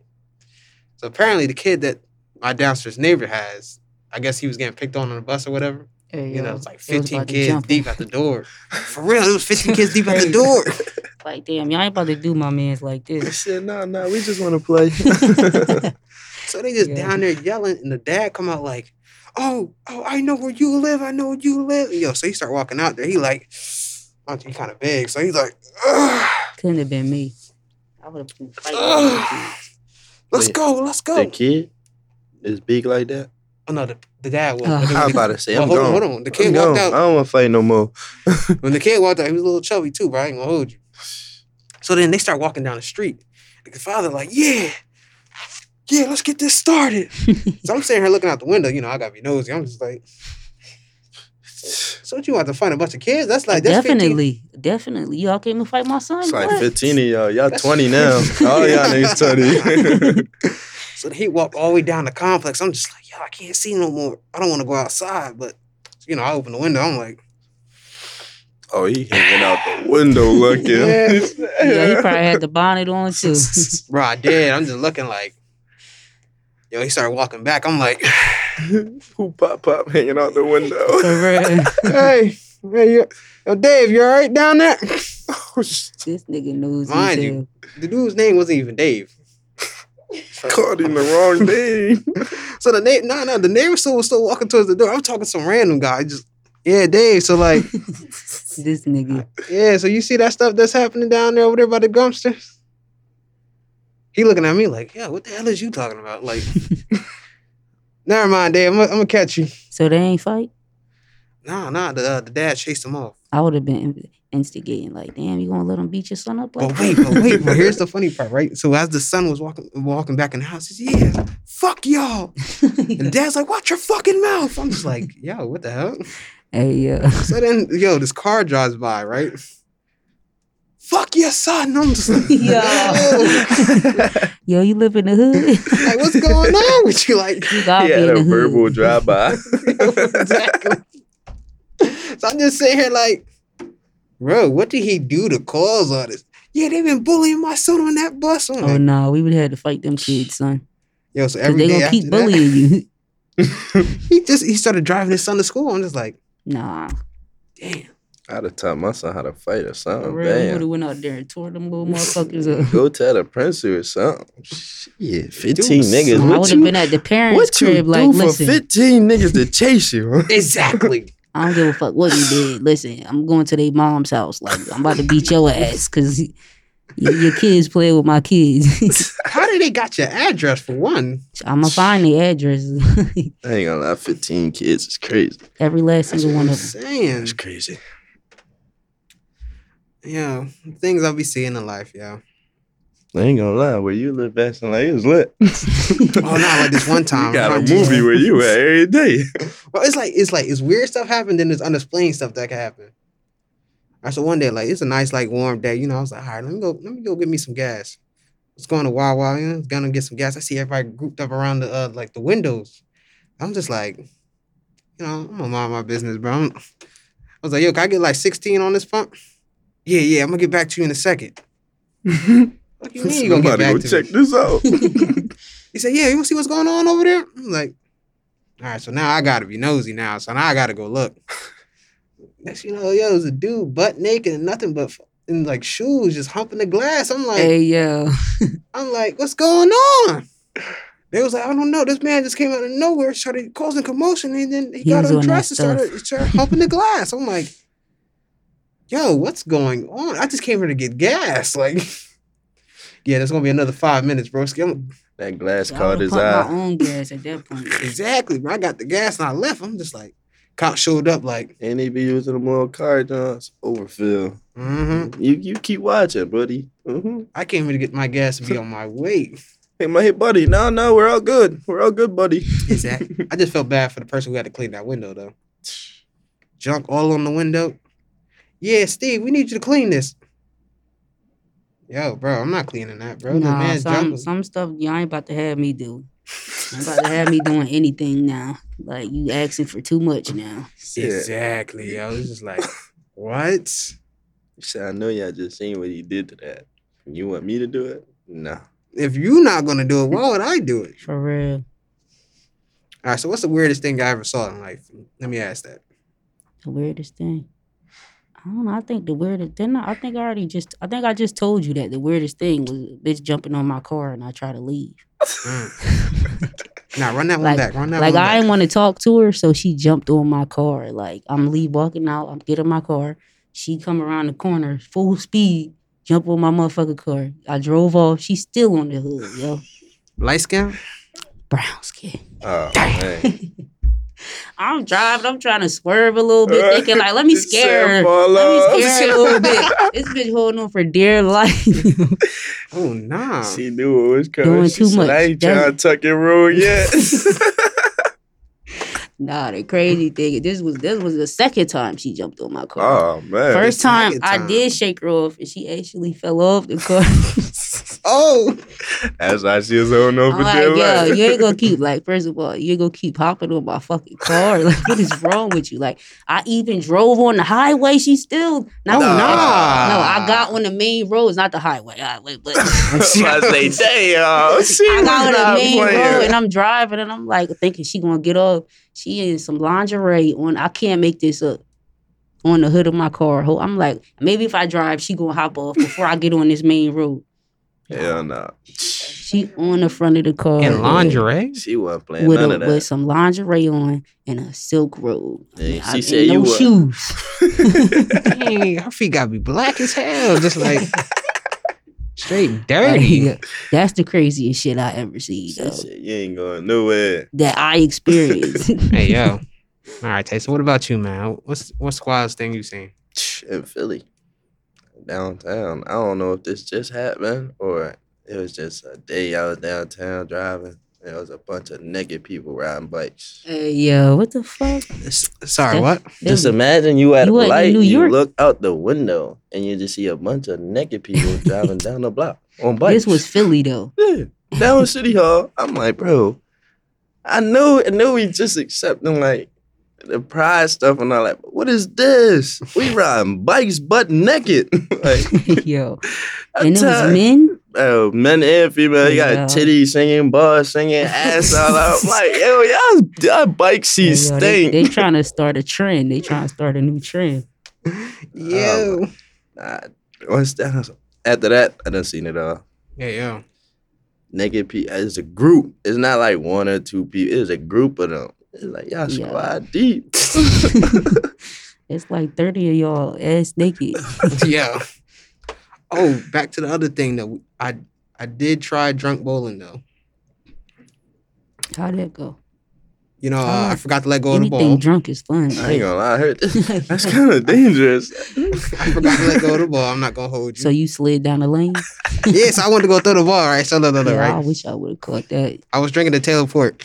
Speaker 1: So apparently the kid that my downstairs neighbor has, I guess he was getting picked on on the bus or whatever.
Speaker 2: Hey,
Speaker 1: You know,
Speaker 2: yo,
Speaker 1: it's like
Speaker 2: they was
Speaker 1: 15
Speaker 2: about to
Speaker 1: kids
Speaker 2: jump
Speaker 1: deep
Speaker 2: him.
Speaker 1: at the door. For real, it was 15 kids deep at the
Speaker 2: Crazy.
Speaker 1: door.
Speaker 2: Like, damn, y'all ain't about to do my man's like
Speaker 3: I
Speaker 2: this.
Speaker 3: said, nah, nah, we just want to play.
Speaker 1: So they just
Speaker 2: Yeah.
Speaker 1: down there yelling, and the dad come out like, "Oh, oh, I know where you live. I know where you live." Yo, so he start walking out there. He like, mind you, he kind of big, so he's like, "Ugh,
Speaker 2: Couldn't have been me. I would have been fighting. with them
Speaker 1: ugh, "Let's
Speaker 3: Wait,
Speaker 1: go, let's
Speaker 3: the
Speaker 1: go."
Speaker 3: kid is big like that.
Speaker 1: Oh no, the, the dad was.
Speaker 2: Uh,
Speaker 1: but it was
Speaker 3: I was
Speaker 1: the-
Speaker 3: about to say,
Speaker 1: well,
Speaker 3: I'm
Speaker 1: hold
Speaker 3: gone.
Speaker 1: on, hold on. The kid
Speaker 3: I'm
Speaker 1: walked
Speaker 3: gone.
Speaker 1: out.
Speaker 3: I don't want to fight no more.
Speaker 1: When the kid walked out, he was a little chubby too, but I ain't gonna hold you. So then they start walking down the street. The father like, yeah, yeah, let's get this started.
Speaker 2: kids.
Speaker 1: So I'm sitting here looking out the window. You know, I gotta be nosy. I'm just like,
Speaker 3: It's
Speaker 1: so what you want to find a bunch of kids? That's like that's 15
Speaker 2: definitely, definitely. Y'all came and fight my son.
Speaker 3: like
Speaker 2: What?
Speaker 3: 15 of y'all. Y'all
Speaker 1: That's-
Speaker 3: 20 now. All y'all niggas 20.
Speaker 1: So then he walked all the way down the complex. I'm just like, yo, I can't see no more. I don't want to go outside, but you know, I open the window. I'm like,
Speaker 3: Oh, he hanging out the window looking.
Speaker 1: Yeah.
Speaker 2: Yeah, he probably had the bonnet on too.
Speaker 1: bro, I did. I'm just looking like, yo. He started walking back. I'm like,
Speaker 3: Who pop pop hanging out the window?
Speaker 2: For real.
Speaker 1: hey, hey, yo, yo, Dave, you all right down there? Oh,
Speaker 2: this nigga knows
Speaker 1: Mind you.
Speaker 2: himself.
Speaker 1: The dude's name wasn't even Dave.
Speaker 3: Caught in the wrong name.
Speaker 1: So the name, no, no, the neighbor still was still walking towards the door. I'm talking to some random guy. Just yeah, Dave. So like,
Speaker 2: This nigga.
Speaker 1: yeah. So you see that stuff that's happening down there over there by the dumpsters? He looking at me like, yeah, what the hell is you talking about? Like, never mind, Dave. I'm, gonna- I'm gonna catch you.
Speaker 2: So they ain't fight.
Speaker 1: Nah, nah. The uh, the dad chased him off.
Speaker 2: I would have been in- instigating. Like, damn, you gonna let him beat your son up? Like,
Speaker 1: But wait, but wait, but here's the funny part, right? So as the son was walking walking back in the house, he's yeah, fuck y'all. And dad's like, watch your fucking mouth. I'm just like, yo, what the hell?
Speaker 2: hey, yeah.
Speaker 1: So then, yo, this car drives by, right? Fuck your son. I'm just like,
Speaker 2: Yo.
Speaker 1: yo,
Speaker 2: Yo, you live in the hood?
Speaker 1: like, what's going on with you? Like,
Speaker 2: you gotta
Speaker 3: he
Speaker 2: be in
Speaker 3: had
Speaker 2: the
Speaker 3: a
Speaker 2: hood.
Speaker 3: verbal drive by.
Speaker 1: exactly. So I'm just sitting here like, bro, what did he do to cause all this? Yeah, they've been bullying my son on that bus. I'm
Speaker 2: Oh no,
Speaker 1: like,
Speaker 2: we would have had to fight them kids, son.
Speaker 1: yo, so
Speaker 2: 'Cause
Speaker 1: every
Speaker 2: they
Speaker 1: day
Speaker 2: gonna
Speaker 1: after
Speaker 2: keep bullying you.
Speaker 1: that, he just he started driving his son to school. I'm just like,
Speaker 2: Nah,
Speaker 1: damn.
Speaker 3: I'd have taught my son how to fight or
Speaker 2: for
Speaker 3: something.
Speaker 2: real, you would
Speaker 3: Man.
Speaker 2: have went out there and tore them little motherfuckers up.
Speaker 3: Go tell the principal or something. Shit, 15
Speaker 1: son,
Speaker 3: niggas.
Speaker 2: I would
Speaker 3: What
Speaker 2: have
Speaker 3: you,
Speaker 2: been at the parents'
Speaker 3: what you
Speaker 2: crib,
Speaker 3: do
Speaker 2: like,
Speaker 3: for
Speaker 2: listen,
Speaker 3: 15 niggas to chase you?
Speaker 1: Exactly.
Speaker 2: I don't give a fuck what you did. Listen, I'm going to their mom's house. Like I'm about to beat your ass because your kids playing with my kids.
Speaker 1: How did they got your address for one?
Speaker 2: I'ma find the addresses.
Speaker 3: I ain't gonna lie, 15 kids is crazy.
Speaker 2: Every last
Speaker 1: That's
Speaker 2: single
Speaker 1: what
Speaker 2: one
Speaker 1: I'm
Speaker 2: of them.
Speaker 1: saying.
Speaker 3: That's crazy.
Speaker 1: Yeah, things I'll be seeing in life, yeah.
Speaker 3: I ain't gonna lie, where you live best and like it's lit.
Speaker 1: Oh, no, like this one time.
Speaker 3: You got a
Speaker 1: I'm just-
Speaker 3: movie where you at every day.
Speaker 1: Well, it's like it's like it's weird stuff happened, then there's unexplained stuff that can happen. Alright, so one day, like it's a nice, like warm day, you know. I was like, all right, let me go, let me go get me some gas. It's going to Wawa, you know, it's gonna get some gas. I see everybody grouped up around the uh, like the windows. I'm just like, you know, I'm gonna mind my business, bro. I'm- I was like, yo, can I get like 16 on this pump? Yeah, yeah, I'm gonna get back to you in a second. What you mean you gonna
Speaker 3: I'm
Speaker 1: get
Speaker 3: about to
Speaker 1: back
Speaker 3: go
Speaker 1: to me?
Speaker 3: check this out.
Speaker 1: He said, "Yeah, you want to see what's going on over there?" I'm like, "All right, so now I gotta be nosy now, so now I gotta go look." Next, you know, yo, there's a dude butt naked and nothing but f- in like shoes, just humping the glass. I'm like,
Speaker 2: Hey yo.
Speaker 1: I'm like, what's going on? They was like, I don't know. This man just came out of nowhere, started causing commotion, and then he,
Speaker 2: He
Speaker 1: got
Speaker 2: was doing that
Speaker 1: undressed and started, started humping the glass. I'm like, yo, what's going on? I just came here to get gas. Like, yeah, there's gonna be another five minutes, bro.
Speaker 3: that glass
Speaker 2: I
Speaker 3: caught
Speaker 2: would've
Speaker 3: his
Speaker 2: pumped
Speaker 3: eye.
Speaker 2: my own gas at that point.
Speaker 1: Exactly, bro. I got the gas and I left. I'm just like, cop showed up like,
Speaker 3: And they be using them old car jumps. Overfill.
Speaker 1: mm-hmm.
Speaker 3: You you keep watching, buddy. Mm-hmm.
Speaker 1: I came here to get my gas to be on my way.
Speaker 3: Hey, my hey, buddy. No, no, we're all good. We're all good, buddy.
Speaker 1: Exactly. I just felt bad for the person who had to clean that window though. Junk all on the window. Yeah, Steve, we need you to clean this. Yo, bro, I'm not cleaning that, bro. the
Speaker 2: Nah,
Speaker 1: man's
Speaker 2: some
Speaker 1: junk was-
Speaker 2: some stuff y'all ain't about to have me do. You ain't about to have me doing anything now. Like you asking for too much now.
Speaker 3: Yeah.
Speaker 1: Exactly, yo. It's just like, what?
Speaker 3: He said, I know y'all just seen what he did to that. You want me to do it? No.
Speaker 1: If you're not gonna do it, why would I do it?
Speaker 2: For real.
Speaker 1: All right, so what's the weirdest thing I ever saw in life? Let me ask that.
Speaker 2: The weirdest thing. I don't know. I think the weirdest then I think I already just I think I just told you that the weirdest thing was a bitch jumping on my car and I try to leave.
Speaker 1: Mm. now run that one
Speaker 2: Like-
Speaker 1: back. Run that
Speaker 2: Like
Speaker 1: one
Speaker 2: I
Speaker 1: back.
Speaker 2: didn't want to talk to her, so she jumped on my car. Like I'm leave walking out, I'm getting my car. She come around the corner, full speed, jump on my motherfucking car. I drove off. She's still on the hood, yo.
Speaker 1: Light skin.
Speaker 2: Brown skin.
Speaker 3: Oh, man.
Speaker 2: I'm driving. I'm trying to swerve a little bit, thinking like, let me
Speaker 3: He said,
Speaker 2: scare her.
Speaker 3: "Fall
Speaker 2: Let
Speaker 3: off."
Speaker 2: me scare her a little bit. This bitch holding on for dear life.
Speaker 1: Oh nah.
Speaker 3: She knew what was coming.
Speaker 2: Doing
Speaker 3: she
Speaker 2: too
Speaker 3: said,
Speaker 2: much.
Speaker 3: I ain't
Speaker 2: Done
Speaker 3: trying to tuck and roll yet.
Speaker 2: nah, the crazy thing. is This was this was the second time she jumped on my car.
Speaker 3: oh, man.
Speaker 2: First
Speaker 1: the
Speaker 2: time,
Speaker 1: second
Speaker 2: I
Speaker 1: time.
Speaker 2: did shake her off, and she actually fell off the car.
Speaker 1: Oh.
Speaker 3: That's why she was holding on
Speaker 2: I'm
Speaker 3: for dear
Speaker 2: like, yo,
Speaker 3: life.
Speaker 2: you ain't gonna keep like. First of all, you ain't gonna keep hopping on my fucking car. Like, what is wrong with you? Like, I even drove on the highway. She still no,
Speaker 3: Nah.
Speaker 2: no, no. I got on the main roads, not the highway. highway but
Speaker 3: I say, damn, "Oh, she
Speaker 2: I
Speaker 3: was
Speaker 2: got on
Speaker 3: not
Speaker 2: the main
Speaker 3: playing.
Speaker 2: road and I'm driving and I'm like thinking she gonna get up. She in some lingerie on. I can't make this up. On the hood of my car. Ho- I'm like, maybe if I drive, she gonna hop off before I get on this main road.
Speaker 3: Hell no.
Speaker 2: She on the front of the car.
Speaker 1: And lingerie.
Speaker 3: She wasn't playing
Speaker 2: with,
Speaker 3: none
Speaker 2: a,
Speaker 3: of
Speaker 2: with
Speaker 3: that.
Speaker 2: some lingerie on and a silk robe.
Speaker 3: Hey,
Speaker 2: I-
Speaker 3: she
Speaker 2: and
Speaker 3: said you
Speaker 2: no
Speaker 3: were-
Speaker 2: shoes.
Speaker 1: Dang, her feet gotta be black as hell. Just like straight dirty.
Speaker 2: Like, that's the craziest shit I ever see
Speaker 3: She
Speaker 2: though.
Speaker 3: said, you ain't going nowhere.
Speaker 2: That I experienced.
Speaker 1: hey yo. All right, Tay. So what about you, man? What's what's squad's thing you seen?
Speaker 3: in Philly, downtown. I don't know if this just happened or it was just a day I was downtown driving. And there was a bunch of naked people riding bikes.
Speaker 2: hey yo, what the fuck?
Speaker 1: S- Sorry, what?
Speaker 3: Just
Speaker 2: Them-
Speaker 3: imagine you at
Speaker 2: You
Speaker 3: a
Speaker 2: what, in
Speaker 3: light,
Speaker 2: New
Speaker 3: you
Speaker 2: York?
Speaker 3: look out the window, and you just see a bunch of naked people driving down the block on bikes.
Speaker 2: this was Philly though.
Speaker 3: yeah, down in City Hall. I'm like, bro, I know, I know we just accepting like the pride stuff and all that. But what is this? We riding bikes butt naked. like,
Speaker 2: yo,
Speaker 3: I'm
Speaker 2: and it was
Speaker 3: tired.
Speaker 2: men.
Speaker 3: Oh, men and female, you
Speaker 2: Yeah.
Speaker 3: got titty singing, bars singing, ass all out. I'm like, yo, y'all, y'all
Speaker 2: Hey,
Speaker 3: bike seats
Speaker 2: yo, they,
Speaker 3: stink.
Speaker 2: they trying to start a trend. They trying to start a new trend.
Speaker 1: Yo.
Speaker 3: Nah, once that, after that, I done seen it all.
Speaker 1: Hey yo.
Speaker 3: Naked people, it's a group. It's not like one or two people. It's a group of them. It's like y'all
Speaker 2: Yeah.
Speaker 3: squad deep.
Speaker 2: It's like 30 of y'all ass naked.
Speaker 1: yeah. Oh, back to the other thing though. I I did try drunk bowling though.
Speaker 2: How'd that go?
Speaker 1: You know, uh, I
Speaker 2: Ah,
Speaker 1: forgot to let go of the
Speaker 2: Anything
Speaker 1: ball.
Speaker 2: drunk is fun.
Speaker 3: I ain't gonna lie, I heard that.
Speaker 2: like-
Speaker 3: That's kind of dangerous.
Speaker 1: I forgot to let go of the ball. I'm not gonna hold you.
Speaker 2: so you slid down the lane?
Speaker 1: yes, I wanted to go throw the ball. Right, so no, no, no,
Speaker 2: yeah, I
Speaker 1: right.
Speaker 2: wish I would have caught that.
Speaker 1: I was drinking the Taylor Port.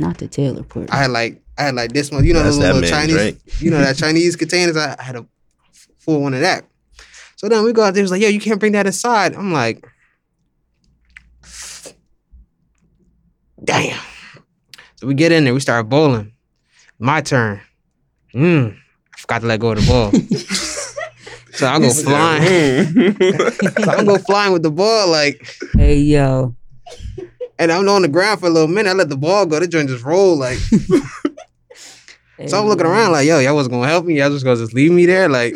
Speaker 2: Not the Taylor part.
Speaker 1: I had like I had like this one. You know,
Speaker 3: That's
Speaker 1: those
Speaker 3: that
Speaker 1: little
Speaker 3: man
Speaker 1: Chinese.
Speaker 3: drink.
Speaker 1: You know that Chinese containers. I, I had a full one of that. So then we go out there. It was like, yo, you can't bring that inside. I'm like, damn. So we get in there. We start bowling. My turn. Mm, I forgot to let go of the ball. so I go flying.
Speaker 3: hmm.
Speaker 1: So I go flying with the ball like.
Speaker 2: hey yo,
Speaker 1: And I'm on the ground for a little minute. I let the ball go. The joint just rolled. Like,
Speaker 2: Hey,
Speaker 1: so I'm looking around like, yo, y'all was gonna help me. Y'all just gonna just leave me there. Like,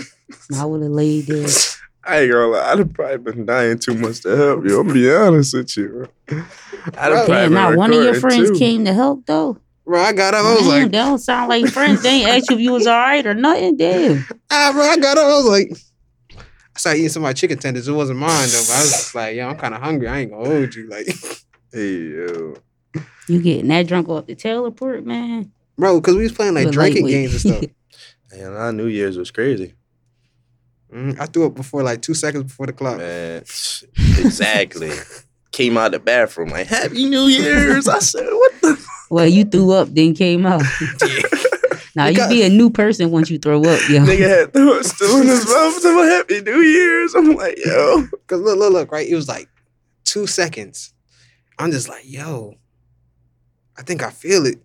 Speaker 2: I would have laid there.
Speaker 3: I ain't gonna lie, I'd have probably been dying too much to help you. I'm gonna be honest with you. I'd
Speaker 1: Bro,
Speaker 3: have probably
Speaker 2: Damn, not
Speaker 3: been
Speaker 2: one of your friends
Speaker 3: too.
Speaker 2: came to help though.
Speaker 1: bro, I got up. I was
Speaker 2: Damn,
Speaker 1: like,
Speaker 2: they don't sound like friends. They ain't ask you if you was all right or nothing. Damn.
Speaker 1: ah, bro, I got up. I was like, I started eating some of my chicken tenders. It wasn't mine though. But I was just like, yo, I'm kind of hungry. I ain't gonna hold you. Like,
Speaker 3: Hey yo,
Speaker 2: You getting that drunk off the Taylor port, man?
Speaker 1: bro, because we was playing like
Speaker 2: You're
Speaker 1: drinking
Speaker 2: lightweight.
Speaker 1: games and stuff.
Speaker 3: man, our New Year's was crazy,
Speaker 1: Mm, I threw up before like two seconds before the
Speaker 3: Uh,
Speaker 1: clock.
Speaker 3: man. exactly. Came out the bathroom like Happy New Year's. I said, what the?
Speaker 2: well, you threw up, then came out. now you
Speaker 1: Because-
Speaker 2: be a new person once you throw up, yo.
Speaker 3: Nigga had throat still in his mouth. So Happy New Year's. I'm like, yo.
Speaker 1: Cause look, look, look, right? It was like two seconds. I'm just like, yo, I think I feel it.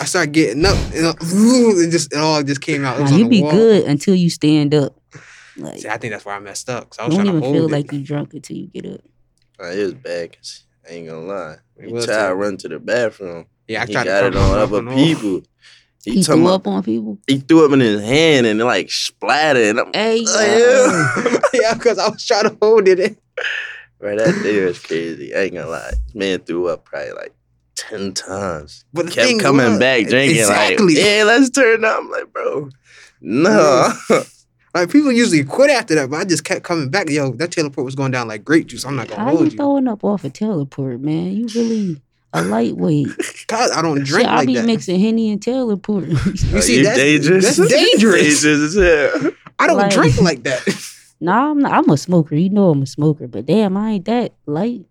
Speaker 1: I start getting up, and I- it just it all just came out. It
Speaker 2: Now
Speaker 1: was on
Speaker 2: you
Speaker 1: the
Speaker 2: be
Speaker 1: wall.
Speaker 2: good until you stand up. Like
Speaker 1: See, I think that's where I messed up. 'cause I
Speaker 2: you
Speaker 1: was
Speaker 2: don't
Speaker 1: trying
Speaker 2: even
Speaker 1: to hold
Speaker 2: feel
Speaker 1: it.
Speaker 2: like you drunk until you get up.
Speaker 3: Nah, it was bad. 'cause I ain't gonna lie.
Speaker 1: It
Speaker 3: He
Speaker 1: was
Speaker 3: tried to
Speaker 1: terrible.
Speaker 3: run to the bathroom.
Speaker 1: yeah, I
Speaker 3: he
Speaker 1: tried
Speaker 3: got
Speaker 1: to
Speaker 3: it on other people. He,
Speaker 2: He
Speaker 3: talking
Speaker 2: threw
Speaker 3: about-
Speaker 2: up on people.
Speaker 3: he threw up in his hand and it like splattered. And I'm,
Speaker 2: Hey, yo.
Speaker 3: oh, yeah.
Speaker 1: yeah, because I was trying to hold it.
Speaker 3: Right, that there is crazy. I ain't gonna lie. This man threw up probably like 10 times.
Speaker 1: But the
Speaker 3: Kept
Speaker 1: thing
Speaker 3: coming
Speaker 1: was-
Speaker 3: back drinking.
Speaker 1: Exactly.
Speaker 3: Like, yeah, let's turn up. I'm like, bro, no.
Speaker 1: Like people usually quit after that, but I just kept coming back. Yo, that teleport was going down like grape juice. I'm not gonna
Speaker 2: How you
Speaker 1: hold you.
Speaker 2: throwing up off a teleport, man? You really a lightweight.
Speaker 1: Cause I don't
Speaker 2: Shit,
Speaker 1: drink
Speaker 2: I
Speaker 1: like
Speaker 2: be
Speaker 1: that.
Speaker 2: mixing henny and teleport.
Speaker 1: You
Speaker 3: Like,
Speaker 1: see,
Speaker 3: you're
Speaker 1: that's-
Speaker 3: dangerous.
Speaker 1: that's dangerous.
Speaker 3: dangerous as hell.
Speaker 1: I don't
Speaker 2: Like-
Speaker 1: drink like that.
Speaker 2: nah, I'm not, I'm a smoker. You know I'm a smoker, but damn, I ain't that light.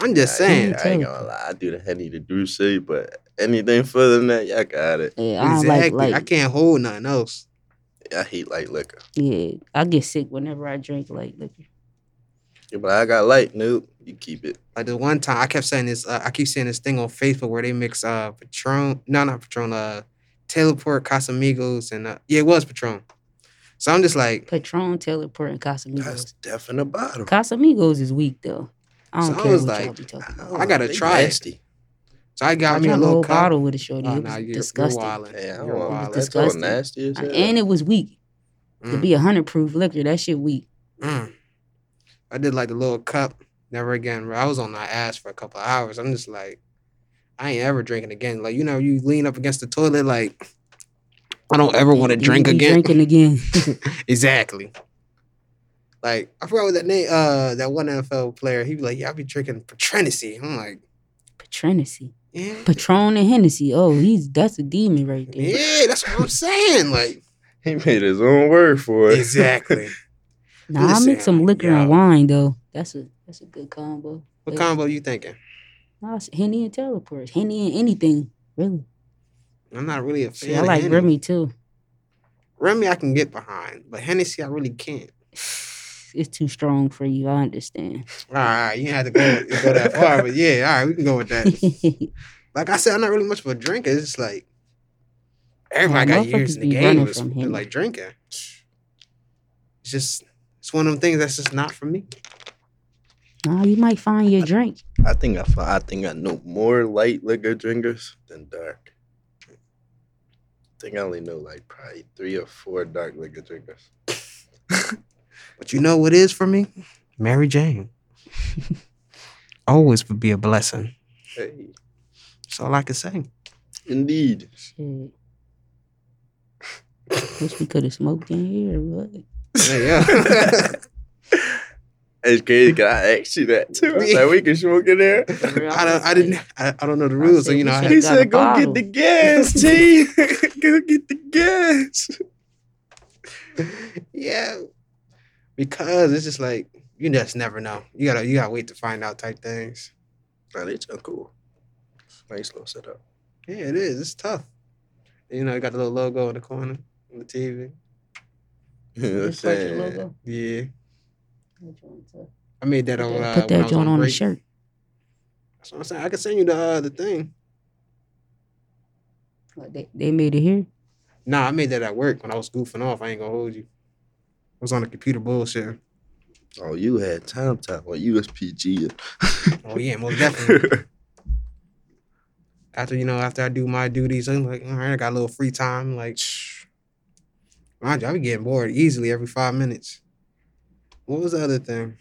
Speaker 1: I'm just
Speaker 3: I
Speaker 1: saying.
Speaker 3: ain't, I ain't gonna lie. I do the henny to do shit, but anything further than that, y'all got it.
Speaker 2: Yeah, I don't
Speaker 1: Exactly.
Speaker 2: Um, like
Speaker 1: I
Speaker 2: like
Speaker 1: can't hold nothing else.
Speaker 3: I hate light liquor.
Speaker 2: yeah. I get sick whenever I drink like liquor.
Speaker 3: Yeah, but I got light. Nope, you keep it.
Speaker 1: Like the one time I kept saying this, uh, I keep seeing this thing on Facebook where they mix uh Patron, no, not Patron, uh, Teleport, Casamigos, and uh, yeah, it was Patron. So I'm just like,
Speaker 2: Patron, teleport, and
Speaker 3: That's
Speaker 2: Casamigos.
Speaker 3: death in the bottle.
Speaker 2: Casamigos is weak though. I
Speaker 1: So
Speaker 2: don't
Speaker 1: I
Speaker 2: care
Speaker 1: was
Speaker 2: what y'all
Speaker 1: like,
Speaker 2: be talking about.
Speaker 3: don't
Speaker 1: I gotta
Speaker 3: know, they
Speaker 1: try it.
Speaker 3: nasty.
Speaker 1: so I
Speaker 2: I
Speaker 1: got me a
Speaker 2: drank a
Speaker 1: little
Speaker 2: whole
Speaker 1: cup.
Speaker 2: bottle with a shorty.
Speaker 1: Oh,
Speaker 2: it was
Speaker 1: nah, you're, you're
Speaker 2: disgusting.
Speaker 1: wildin'.
Speaker 3: Yeah, I don't
Speaker 1: You're wildin'.
Speaker 3: want That's all
Speaker 2: Disgusting.
Speaker 3: nasty as hell.
Speaker 2: and it was weak. To
Speaker 1: Mm,
Speaker 2: be a hundred proof liquor, that shit weak.
Speaker 1: mm. I did like the little cup. Never again. bro. I was on my ass for a couple of hours. I'm just like, I ain't ever drinking again. Like you know, you lean up against the toilet. Like I don't ever want to
Speaker 2: Then you
Speaker 1: drink
Speaker 2: be
Speaker 1: again.
Speaker 2: Drinking again.
Speaker 1: Exactly. Like I forgot what that name. Uh, that one NFL player. He be like, "Yeah, I be drinking Patrenacy." I'm like,
Speaker 2: Patrenacy.
Speaker 1: "Yeah,
Speaker 2: Patron and Hennessy. Oh, he's that's a demon right there.
Speaker 1: yeah, that's what I'm saying." Like
Speaker 3: He made his own word for it.
Speaker 1: exactly.
Speaker 2: Now I
Speaker 1: Listen,
Speaker 2: mix some liquor
Speaker 1: yo.
Speaker 2: and wine though. That's a that's a good combo.
Speaker 1: What
Speaker 2: Like,
Speaker 1: combo you thinking?
Speaker 2: Nah, it's Henny and teleport. Henny and anything. Really.
Speaker 1: I'm not really a fan.
Speaker 2: See, I
Speaker 1: of
Speaker 2: like
Speaker 1: Henny.
Speaker 2: Remy too.
Speaker 1: Remy, I can get behind, but Hennessy, I really can't.
Speaker 2: It's too strong for you. I understand.
Speaker 1: All right, you had to go, go that far, but yeah, all right, we can go with that. Like I said, I'm not really much of a drinker. It's just like everybody
Speaker 2: Yeah,
Speaker 1: got years
Speaker 2: motherfuckers
Speaker 1: in the
Speaker 2: be
Speaker 1: game
Speaker 2: running
Speaker 1: with-
Speaker 2: from
Speaker 1: with,
Speaker 2: him.
Speaker 1: like drinking. It's just it's one of them things that's just not for me.
Speaker 2: nah, you might find your drink.
Speaker 3: I think I fi- I think I know more light liquor drinkers than dark. I think I only know like probably three or four dark liquor drinkers.
Speaker 1: But you know what is for me? Mary Jane. Always would be a blessing.
Speaker 3: Hey,
Speaker 1: That's all I can say.
Speaker 3: Indeed.
Speaker 2: Shit. Wish we could have smoked in here. What?
Speaker 1: Hey, yeah.
Speaker 3: It's crazy 'cause I asked you that too. I was like, we can smoke in there.
Speaker 1: I don't. I didn't. I, I don't know the rules, so you know. I had,
Speaker 3: He
Speaker 2: They got a
Speaker 3: said, go
Speaker 2: bottle.
Speaker 3: get the gas, T. go get the gas.
Speaker 1: yeah, because it's just like you just never know. You gotta. You gotta wait to find out type things.
Speaker 3: Nah, they too cool. Nice little setup.
Speaker 1: Yeah, it is. It's tough. You know, you got the little logo in the corner on the TV.
Speaker 3: You know what I'm
Speaker 2: Just like your
Speaker 3: saying?
Speaker 2: logo.
Speaker 1: Yeah, I made that on. Uh,
Speaker 2: Put
Speaker 1: when I
Speaker 2: that
Speaker 1: was
Speaker 2: joint on the
Speaker 1: break.
Speaker 2: shirt.
Speaker 1: That's what I'm saying. I can send you the uh, the thing.
Speaker 2: Like they, they made it here.
Speaker 1: Nah, I made that at work when I was goofing off. I ain't gonna hold you. I was on the computer bullshit.
Speaker 3: Oh, you had time top on USPG.
Speaker 1: Oh yeah, most definitely. after you know, after I do my duties, I'm like, all right, I got a little free time. Like, mind you, I be getting bored easily every five minutes. What was the other thing?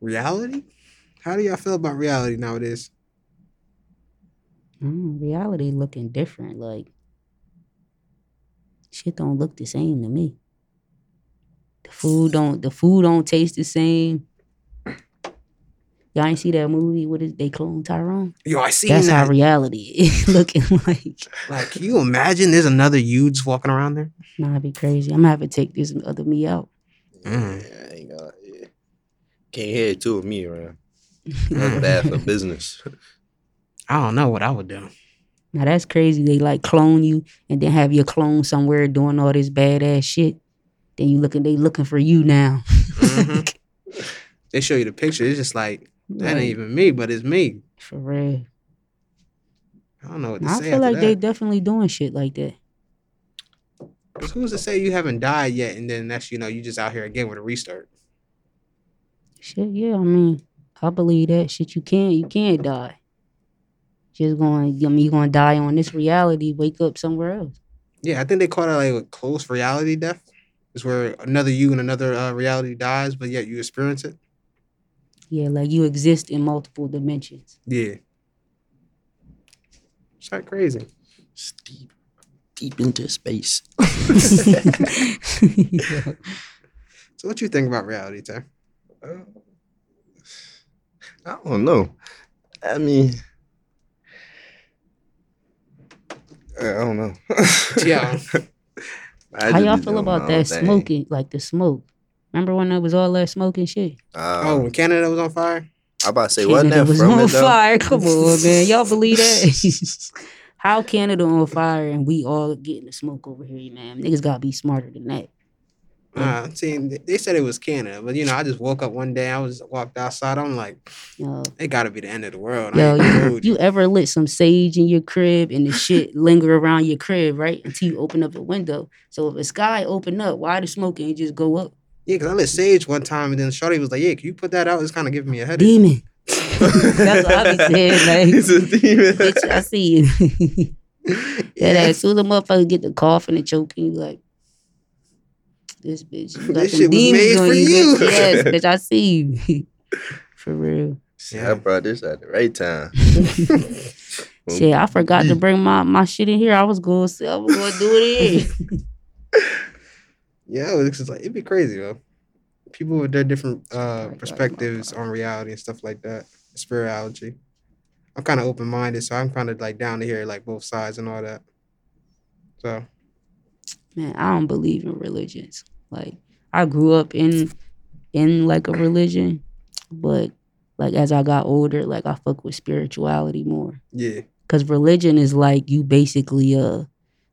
Speaker 1: Reality? How do y'all feel about reality nowadays?
Speaker 2: Mm, reality looking different. Like shit don't look the same to me. The food don't the food don't taste the same. Y'all ain't see that movie? What is they clone Tyrone?
Speaker 1: Yo, I seen
Speaker 2: That's
Speaker 1: that.
Speaker 2: how reality is looking like.
Speaker 1: like, can you imagine there's another youths walking around there?
Speaker 2: Nah, it'd be crazy. I'm gonna have to take this other me out.
Speaker 1: Mm.
Speaker 3: Yeah, I ain't gonna. Yeah. Can't hear two of me around.
Speaker 1: Mm.
Speaker 3: Bad for business.
Speaker 1: I don't know what I would do.
Speaker 2: Now that's crazy. They like clone you and then have your clone somewhere doing all this badass shit. Then you looking, they looking for you now. Mm-hmm.
Speaker 1: Mhm. they show you the picture. It's just like that
Speaker 2: Like,
Speaker 1: ain't even me, but it's me.
Speaker 2: for real.
Speaker 1: I don't know what to
Speaker 2: I
Speaker 1: say.
Speaker 2: feel
Speaker 1: after
Speaker 2: like
Speaker 1: that.
Speaker 2: they definitely doing shit like that.
Speaker 1: 'Cause who's to say you haven't died yet, and then that's you know you just out here again with a restart.
Speaker 2: Shit, yeah. I mean, I believe that shit. You can't, you can't die. Just going, I mean, you gonna die on this reality. Wake up somewhere else.
Speaker 1: Yeah, I think they call it like a close reality death. It's where another you and another uh, reality dies, but yet you experience it.
Speaker 2: Yeah, like you exist in multiple dimensions.
Speaker 1: Yeah, it's not crazy.
Speaker 3: It's deep, deep into space.
Speaker 2: Yeah.
Speaker 1: So what you think about reality, Ty?
Speaker 3: I don't know. I mean, I don't know.
Speaker 1: Yeah.
Speaker 3: I
Speaker 2: How
Speaker 3: just
Speaker 2: y'all
Speaker 3: be
Speaker 2: feel
Speaker 3: doing
Speaker 2: about
Speaker 3: my
Speaker 2: that
Speaker 3: own thing.
Speaker 2: smoking? Like the smoke. Remember when that was all that smoking shit?
Speaker 3: Uh,
Speaker 1: oh, when Canada was on fire.
Speaker 3: I about to say
Speaker 2: Canada
Speaker 3: wasn't that
Speaker 2: was
Speaker 3: from
Speaker 2: on
Speaker 3: it though?
Speaker 2: fire. Come on, man. Y'all believe that? How Canada on fire and we all getting the smoke over here, man. Niggas gotta be smarter than that.
Speaker 1: Uh, see, th- they said it was Canada, but you know, I just woke up one day, I was walked outside. I'm like,
Speaker 2: Yo,
Speaker 1: it got to be the end of the world.
Speaker 2: yo
Speaker 1: I ain't gonna
Speaker 2: you,
Speaker 1: hold you.
Speaker 2: you ever lit some sage in your crib and the shit linger around your crib, right? Until you open up the window. So if the sky open up, why the smoke ain't just go up?
Speaker 1: Yeah, because I lit Sage one time, and then Shorty was like, "Yeah, can you put that out?" It's kind of giving me a headache.
Speaker 2: Demon. That's what I be saying, like
Speaker 3: It's a demon.
Speaker 2: bitch, I see you. That
Speaker 1: Yeah.
Speaker 2: as soon as the motherfucker get the coughing and choking, you like, this bitch. You got
Speaker 1: This
Speaker 2: them
Speaker 1: shit was
Speaker 2: demons
Speaker 1: made
Speaker 2: on
Speaker 1: for
Speaker 2: bitch.
Speaker 1: you.
Speaker 2: Yes, bitch, I see you. for real.
Speaker 3: I brought this at the right time.
Speaker 1: Oh,
Speaker 2: Shit, I forgot to bring my, my shit in here. I was going to I was going to do it here.
Speaker 1: Yeah, it's just like it'd be crazy though. People with their different uh,
Speaker 2: my God,
Speaker 1: perspectives on reality and stuff like that, spirituality. I'm kind of open minded, so I'm kind of like down to hear like both sides and all that. So
Speaker 2: Man, I don't believe in religions. Like, I grew up in in like a religion, but like as I got older, like I fuck with spirituality more.
Speaker 1: yeah,
Speaker 2: Because religion is like you basically uh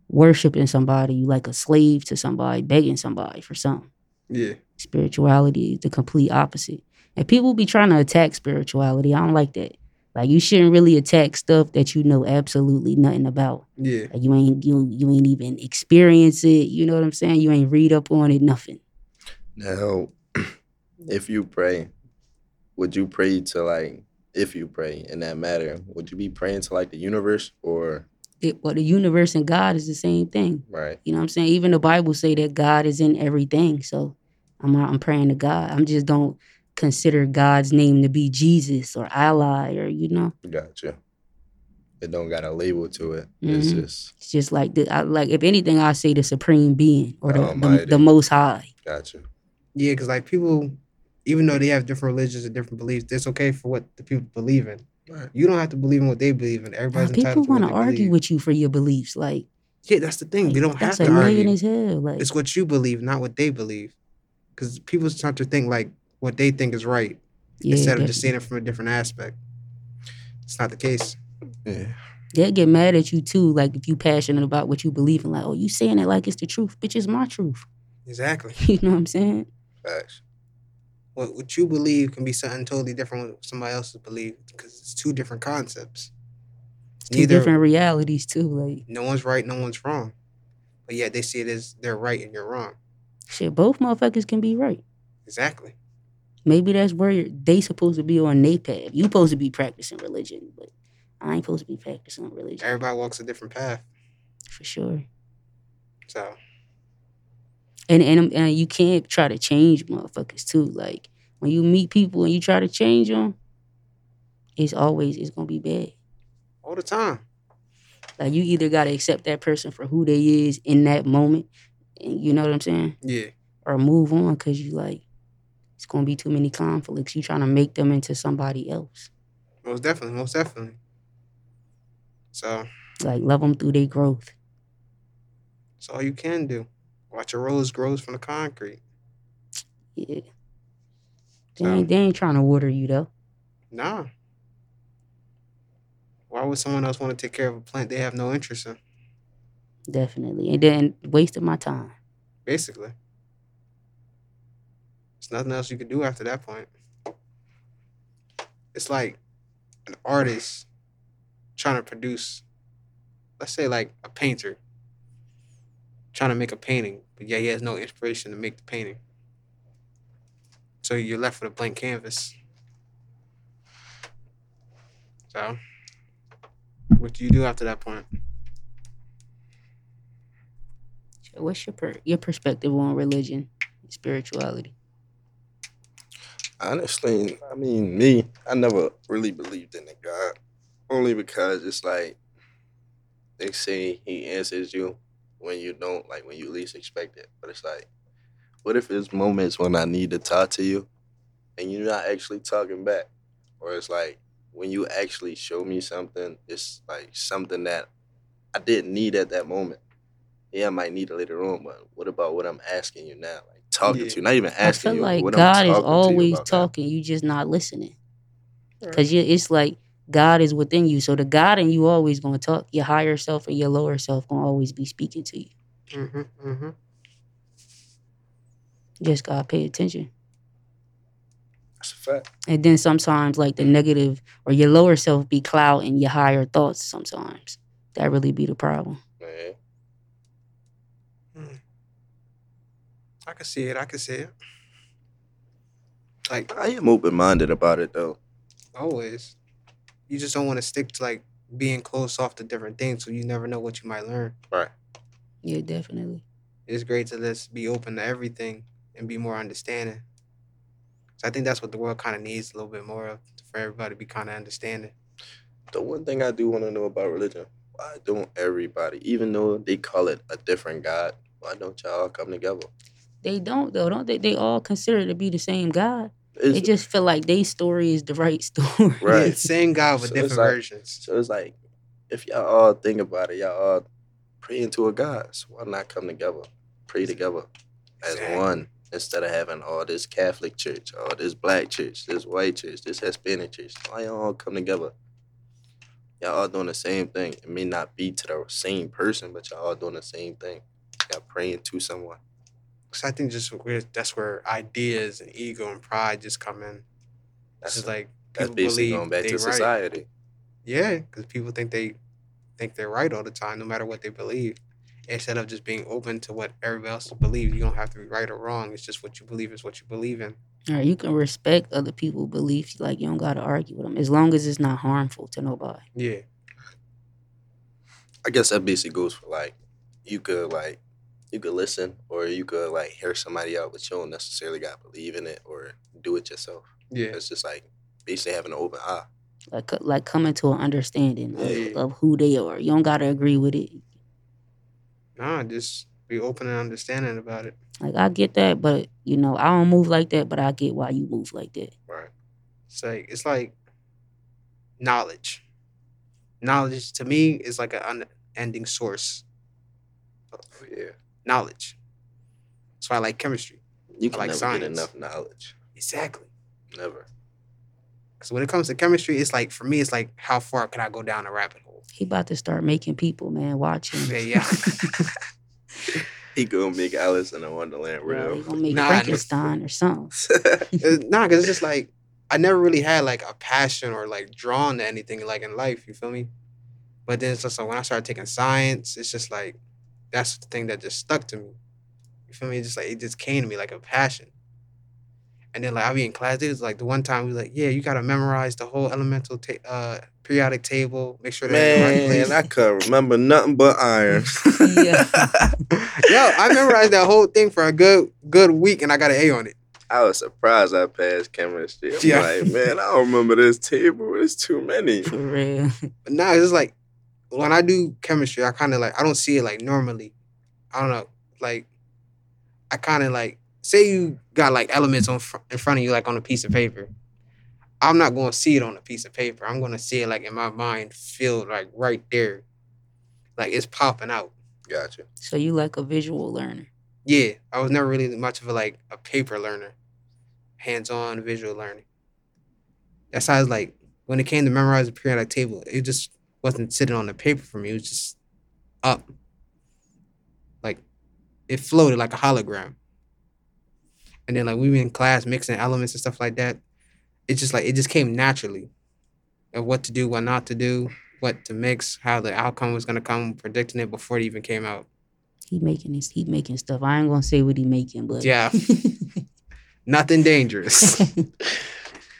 Speaker 2: worshiping somebody, you like a slave to somebody, begging somebody for something.
Speaker 1: yeah,
Speaker 2: Spirituality is the complete opposite. And people be trying to attack spirituality. I don't like that. Like you shouldn't really attack stuff that you know absolutely nothing about.
Speaker 1: yeah,
Speaker 2: Like you ain't you you ain't even experience it. You know what I'm saying? You ain't read up on it, nothing.
Speaker 3: Now, if you pray, would you pray to like, if you pray in that matter, would you be praying to like the universe or,
Speaker 2: It, but the universe and God is the same thing.
Speaker 3: right?
Speaker 2: You know what I'm saying? Even the Bible say that God is in everything. So I'm out, I'm praying to God. I'm just don't consider God's name to be Jesus or ally or you know.
Speaker 3: Gotcha. It don't got a label to it. It's
Speaker 2: Mhm.
Speaker 3: just
Speaker 2: It's just like the I, like if anything, I say the supreme being or
Speaker 1: Oh,
Speaker 2: the the,
Speaker 3: Almighty.
Speaker 2: the most high.
Speaker 3: gotcha.
Speaker 1: Yeah, because like people, even though they have different religions and different beliefs, it's okay for what the people believe in.
Speaker 3: Right.
Speaker 1: You don't have to believe in what they believe in.
Speaker 2: Now,
Speaker 1: Everybody's
Speaker 2: people
Speaker 1: entitled to
Speaker 2: want to
Speaker 1: what they
Speaker 2: argue
Speaker 1: believe.
Speaker 2: with you for your beliefs. Like
Speaker 1: Yeah, that's the thing. They don't have
Speaker 2: that's
Speaker 1: to
Speaker 2: annoying
Speaker 1: argue.
Speaker 2: as hell. Like
Speaker 1: It's what you believe, not what they believe. Because people start to think like what they think is right
Speaker 2: yeah,
Speaker 1: instead of
Speaker 2: that-
Speaker 1: just seeing it from a different aspect. It's not the case.
Speaker 3: Yeah.
Speaker 2: They'll get mad at you too, like if you passionate about what you believe in, like, oh, you saying it like it's the truth, bitch, it's my truth.
Speaker 1: Exactly.
Speaker 2: You know what I'm saying?
Speaker 3: Facts.
Speaker 1: What what you believe can be something totally different from what somebody else's belief because it's two different concepts.
Speaker 2: It's two different realities too. Like,
Speaker 1: No one's right, no one's wrong. But yet they see it as they're right and you're wrong.
Speaker 2: shit, both motherfuckers can be right.
Speaker 1: Exactly.
Speaker 2: Maybe that's where you're, they supposed to be on they path. You supposed to be practicing religion, but I ain't supposed to be practicing religion
Speaker 1: Everybody walks a different path.
Speaker 2: for sure.
Speaker 1: So
Speaker 2: And and and you can't try to change motherfuckers too. Like when you meet people and you try to change them, it's always it's gonna be bad.
Speaker 1: all the time.
Speaker 2: Like you either gotta accept that person for who they is in that moment, and you know what I'm saying,
Speaker 1: Yeah.
Speaker 2: or move on because you like it's gonna be too many conflicts. You trying to make them into somebody else.
Speaker 1: Most definitely, most definitely. So
Speaker 2: Like love them through their growth.
Speaker 1: it's all you can do. Watch a rose grows from the concrete.
Speaker 2: Yeah. They
Speaker 1: Yeah.
Speaker 2: ain't, they ain't trying to water you though.
Speaker 1: Nah. Why would someone else want to take care of a plant they have no interest in?
Speaker 2: Definitely. And then wasting my time.
Speaker 1: Basically. There's nothing else you can do after that point. It's like an artist trying to produce, let's say, like a painter trying to make a painting, but yeah, he has no inspiration to make the painting. So you're left with a blank canvas. So, what do you do after that point?
Speaker 2: So what's your per- your perspective on religion, and spirituality?
Speaker 3: Honestly, I mean me, I never really believed in a God. Only because it's like they say he answers you when you don't, like when you least expect it. But it's like, what if there's moments when I need to talk to you and you're not actually talking back? Or it's like when you actually show me something, it's like something that I didn't need at that moment. Yeah, I might need it later on, but what about what I'm asking you now? Like talking
Speaker 1: Yeah.
Speaker 3: to you, not even
Speaker 2: I
Speaker 3: asking
Speaker 2: feel
Speaker 3: you.
Speaker 2: like
Speaker 3: what
Speaker 2: God is
Speaker 3: I'm talking to you
Speaker 2: always
Speaker 3: about now.
Speaker 2: talking. You just not listening. Cause you, it's like God is within you. So the God in you always gonna talk. Your higher self and your lower self gonna always be speaking to you.
Speaker 1: Mm-hmm, mm-hmm.
Speaker 2: You just gotta pay attention.
Speaker 3: That's a fact.
Speaker 2: And then sometimes like the negative or your lower self be clouding your higher thoughts sometimes. That really be the problem.
Speaker 3: Man.
Speaker 1: I can see it. I can see it. Like,
Speaker 3: I am open minded about it though.
Speaker 1: Always. You just don't want to stick to like being closed off to different things, so you never know what you might learn.
Speaker 3: Right.
Speaker 2: Yeah, definitely.
Speaker 1: It's great to just be open to everything and be more understanding. So I think that's what the world kind of needs a little bit more of for everybody to be kind of understanding.
Speaker 3: The one thing I do want to know about religion, why don't everybody, even though they call it a different God, why don't y'all all come together?
Speaker 2: They don't though, don't they? They all consider to be the same God.
Speaker 3: It's,
Speaker 2: They just feel like their story is the right story.
Speaker 3: Right.
Speaker 1: Yeah, same God with
Speaker 3: So it's
Speaker 1: different
Speaker 3: like-
Speaker 1: versions.
Speaker 3: so it's like if y'all all think about it, y'all all praying to a God. So why not come together? Pray together as
Speaker 1: Exactly.
Speaker 3: one instead of having all this Catholic church, all this black church, this white church, this Hispanic church. Why y'all all come together? Y'all all doing the same thing. It may not be to the same person, but y'all all doing the same thing. Y'all praying to someone.
Speaker 1: So I think just where, that's where ideas and ego and pride just come in. This
Speaker 3: That's
Speaker 1: is like
Speaker 3: that's
Speaker 1: people
Speaker 3: basically
Speaker 1: believe
Speaker 3: going back
Speaker 1: they
Speaker 3: to
Speaker 1: right.
Speaker 3: society.
Speaker 1: Yeah, because people think they think they're right all the time, no matter what they believe. Instead of just being open to what everybody else believes, you don't have to be right or wrong. It's just what you believe is what you believe in.
Speaker 2: Or you can respect other people's beliefs. Like you don't gotta argue with them as long as it's not harmful to nobody.
Speaker 1: Yeah,
Speaker 3: I guess that basically goes for like you could like you could listen or you could like hear somebody out, but you don't necessarily got to believe in it or do it yourself.
Speaker 1: yeah,
Speaker 3: It's just like basically having an open eye.
Speaker 2: like co- like coming to an understanding of,
Speaker 1: Yeah.
Speaker 2: of who they are. You don't gotta agree with it.
Speaker 1: Nah, just be open and understanding about it.
Speaker 2: Like I get that, but you know I don't move like that. But I get why you move like that.
Speaker 3: Right.
Speaker 1: It's like it's like knowledge. Knowledge to me is like an unending source.
Speaker 3: Oh, yeah.
Speaker 1: Knowledge. That's why I like chemistry.
Speaker 3: You can
Speaker 1: like
Speaker 3: never
Speaker 1: science.
Speaker 3: get enough knowledge.
Speaker 1: Exactly.
Speaker 3: Never.
Speaker 1: Because when it comes to chemistry, it's like for me, it's like how far can I go down a rabbit hole?
Speaker 2: He about to start making people, man, watch him.
Speaker 1: Yeah, yeah.
Speaker 3: He gonna make Alice in a Wonderland
Speaker 2: Bro, he
Speaker 3: real.
Speaker 2: gonna make
Speaker 1: Nah, I never-
Speaker 2: Frankenstein or something.
Speaker 1: Uh, nah, because it's just like I never really had like a passion or like drawn to anything like in life. You feel me? But then it's just like when I started taking science, it's just like that's the thing that just stuck to me. You feel me? It's just like it just came to me like a passion. And then like I be in class, it was like the one time we was like, yeah, you gotta memorize the whole elemental ta- uh periodic table, make sure they're in the right place.
Speaker 3: Man, I couldn't remember nothing but iron.
Speaker 2: Yeah.
Speaker 1: Yo, I memorized that whole thing for a good good week, and I got an A on it.
Speaker 3: I was surprised I passed chemistry. I'm
Speaker 1: Yeah.
Speaker 3: like, man, I don't remember this table. It's too many.
Speaker 2: For real.
Speaker 1: But now it's just like when I do chemistry, I kind of like I don't see it like normally. I don't know, like I kind of like say you got like elements on fr- in front of you, like on a piece of paper. I'm not going to see it on a piece of paper. I'm going to see it like in my mind, feel like right there, like it's popping out.
Speaker 3: Gotcha.
Speaker 2: So you like a visual learner.
Speaker 1: Yeah, I was never really much of a like a paper learner, hands-on visual learning. That's how it's like when it came to memorize a periodic table, it just wasn't sitting on the paper for me. It was just up, like it floated like a hologram. And then like we were in class mixing elements and stuff like that. It just like it just came naturally, of what to do, what not to do, what to mix, how the outcome was gonna come, predicting it before it even came out.
Speaker 2: He making this. He making stuff. I ain't gonna say what he making, but
Speaker 1: Yeah. Nothing dangerous.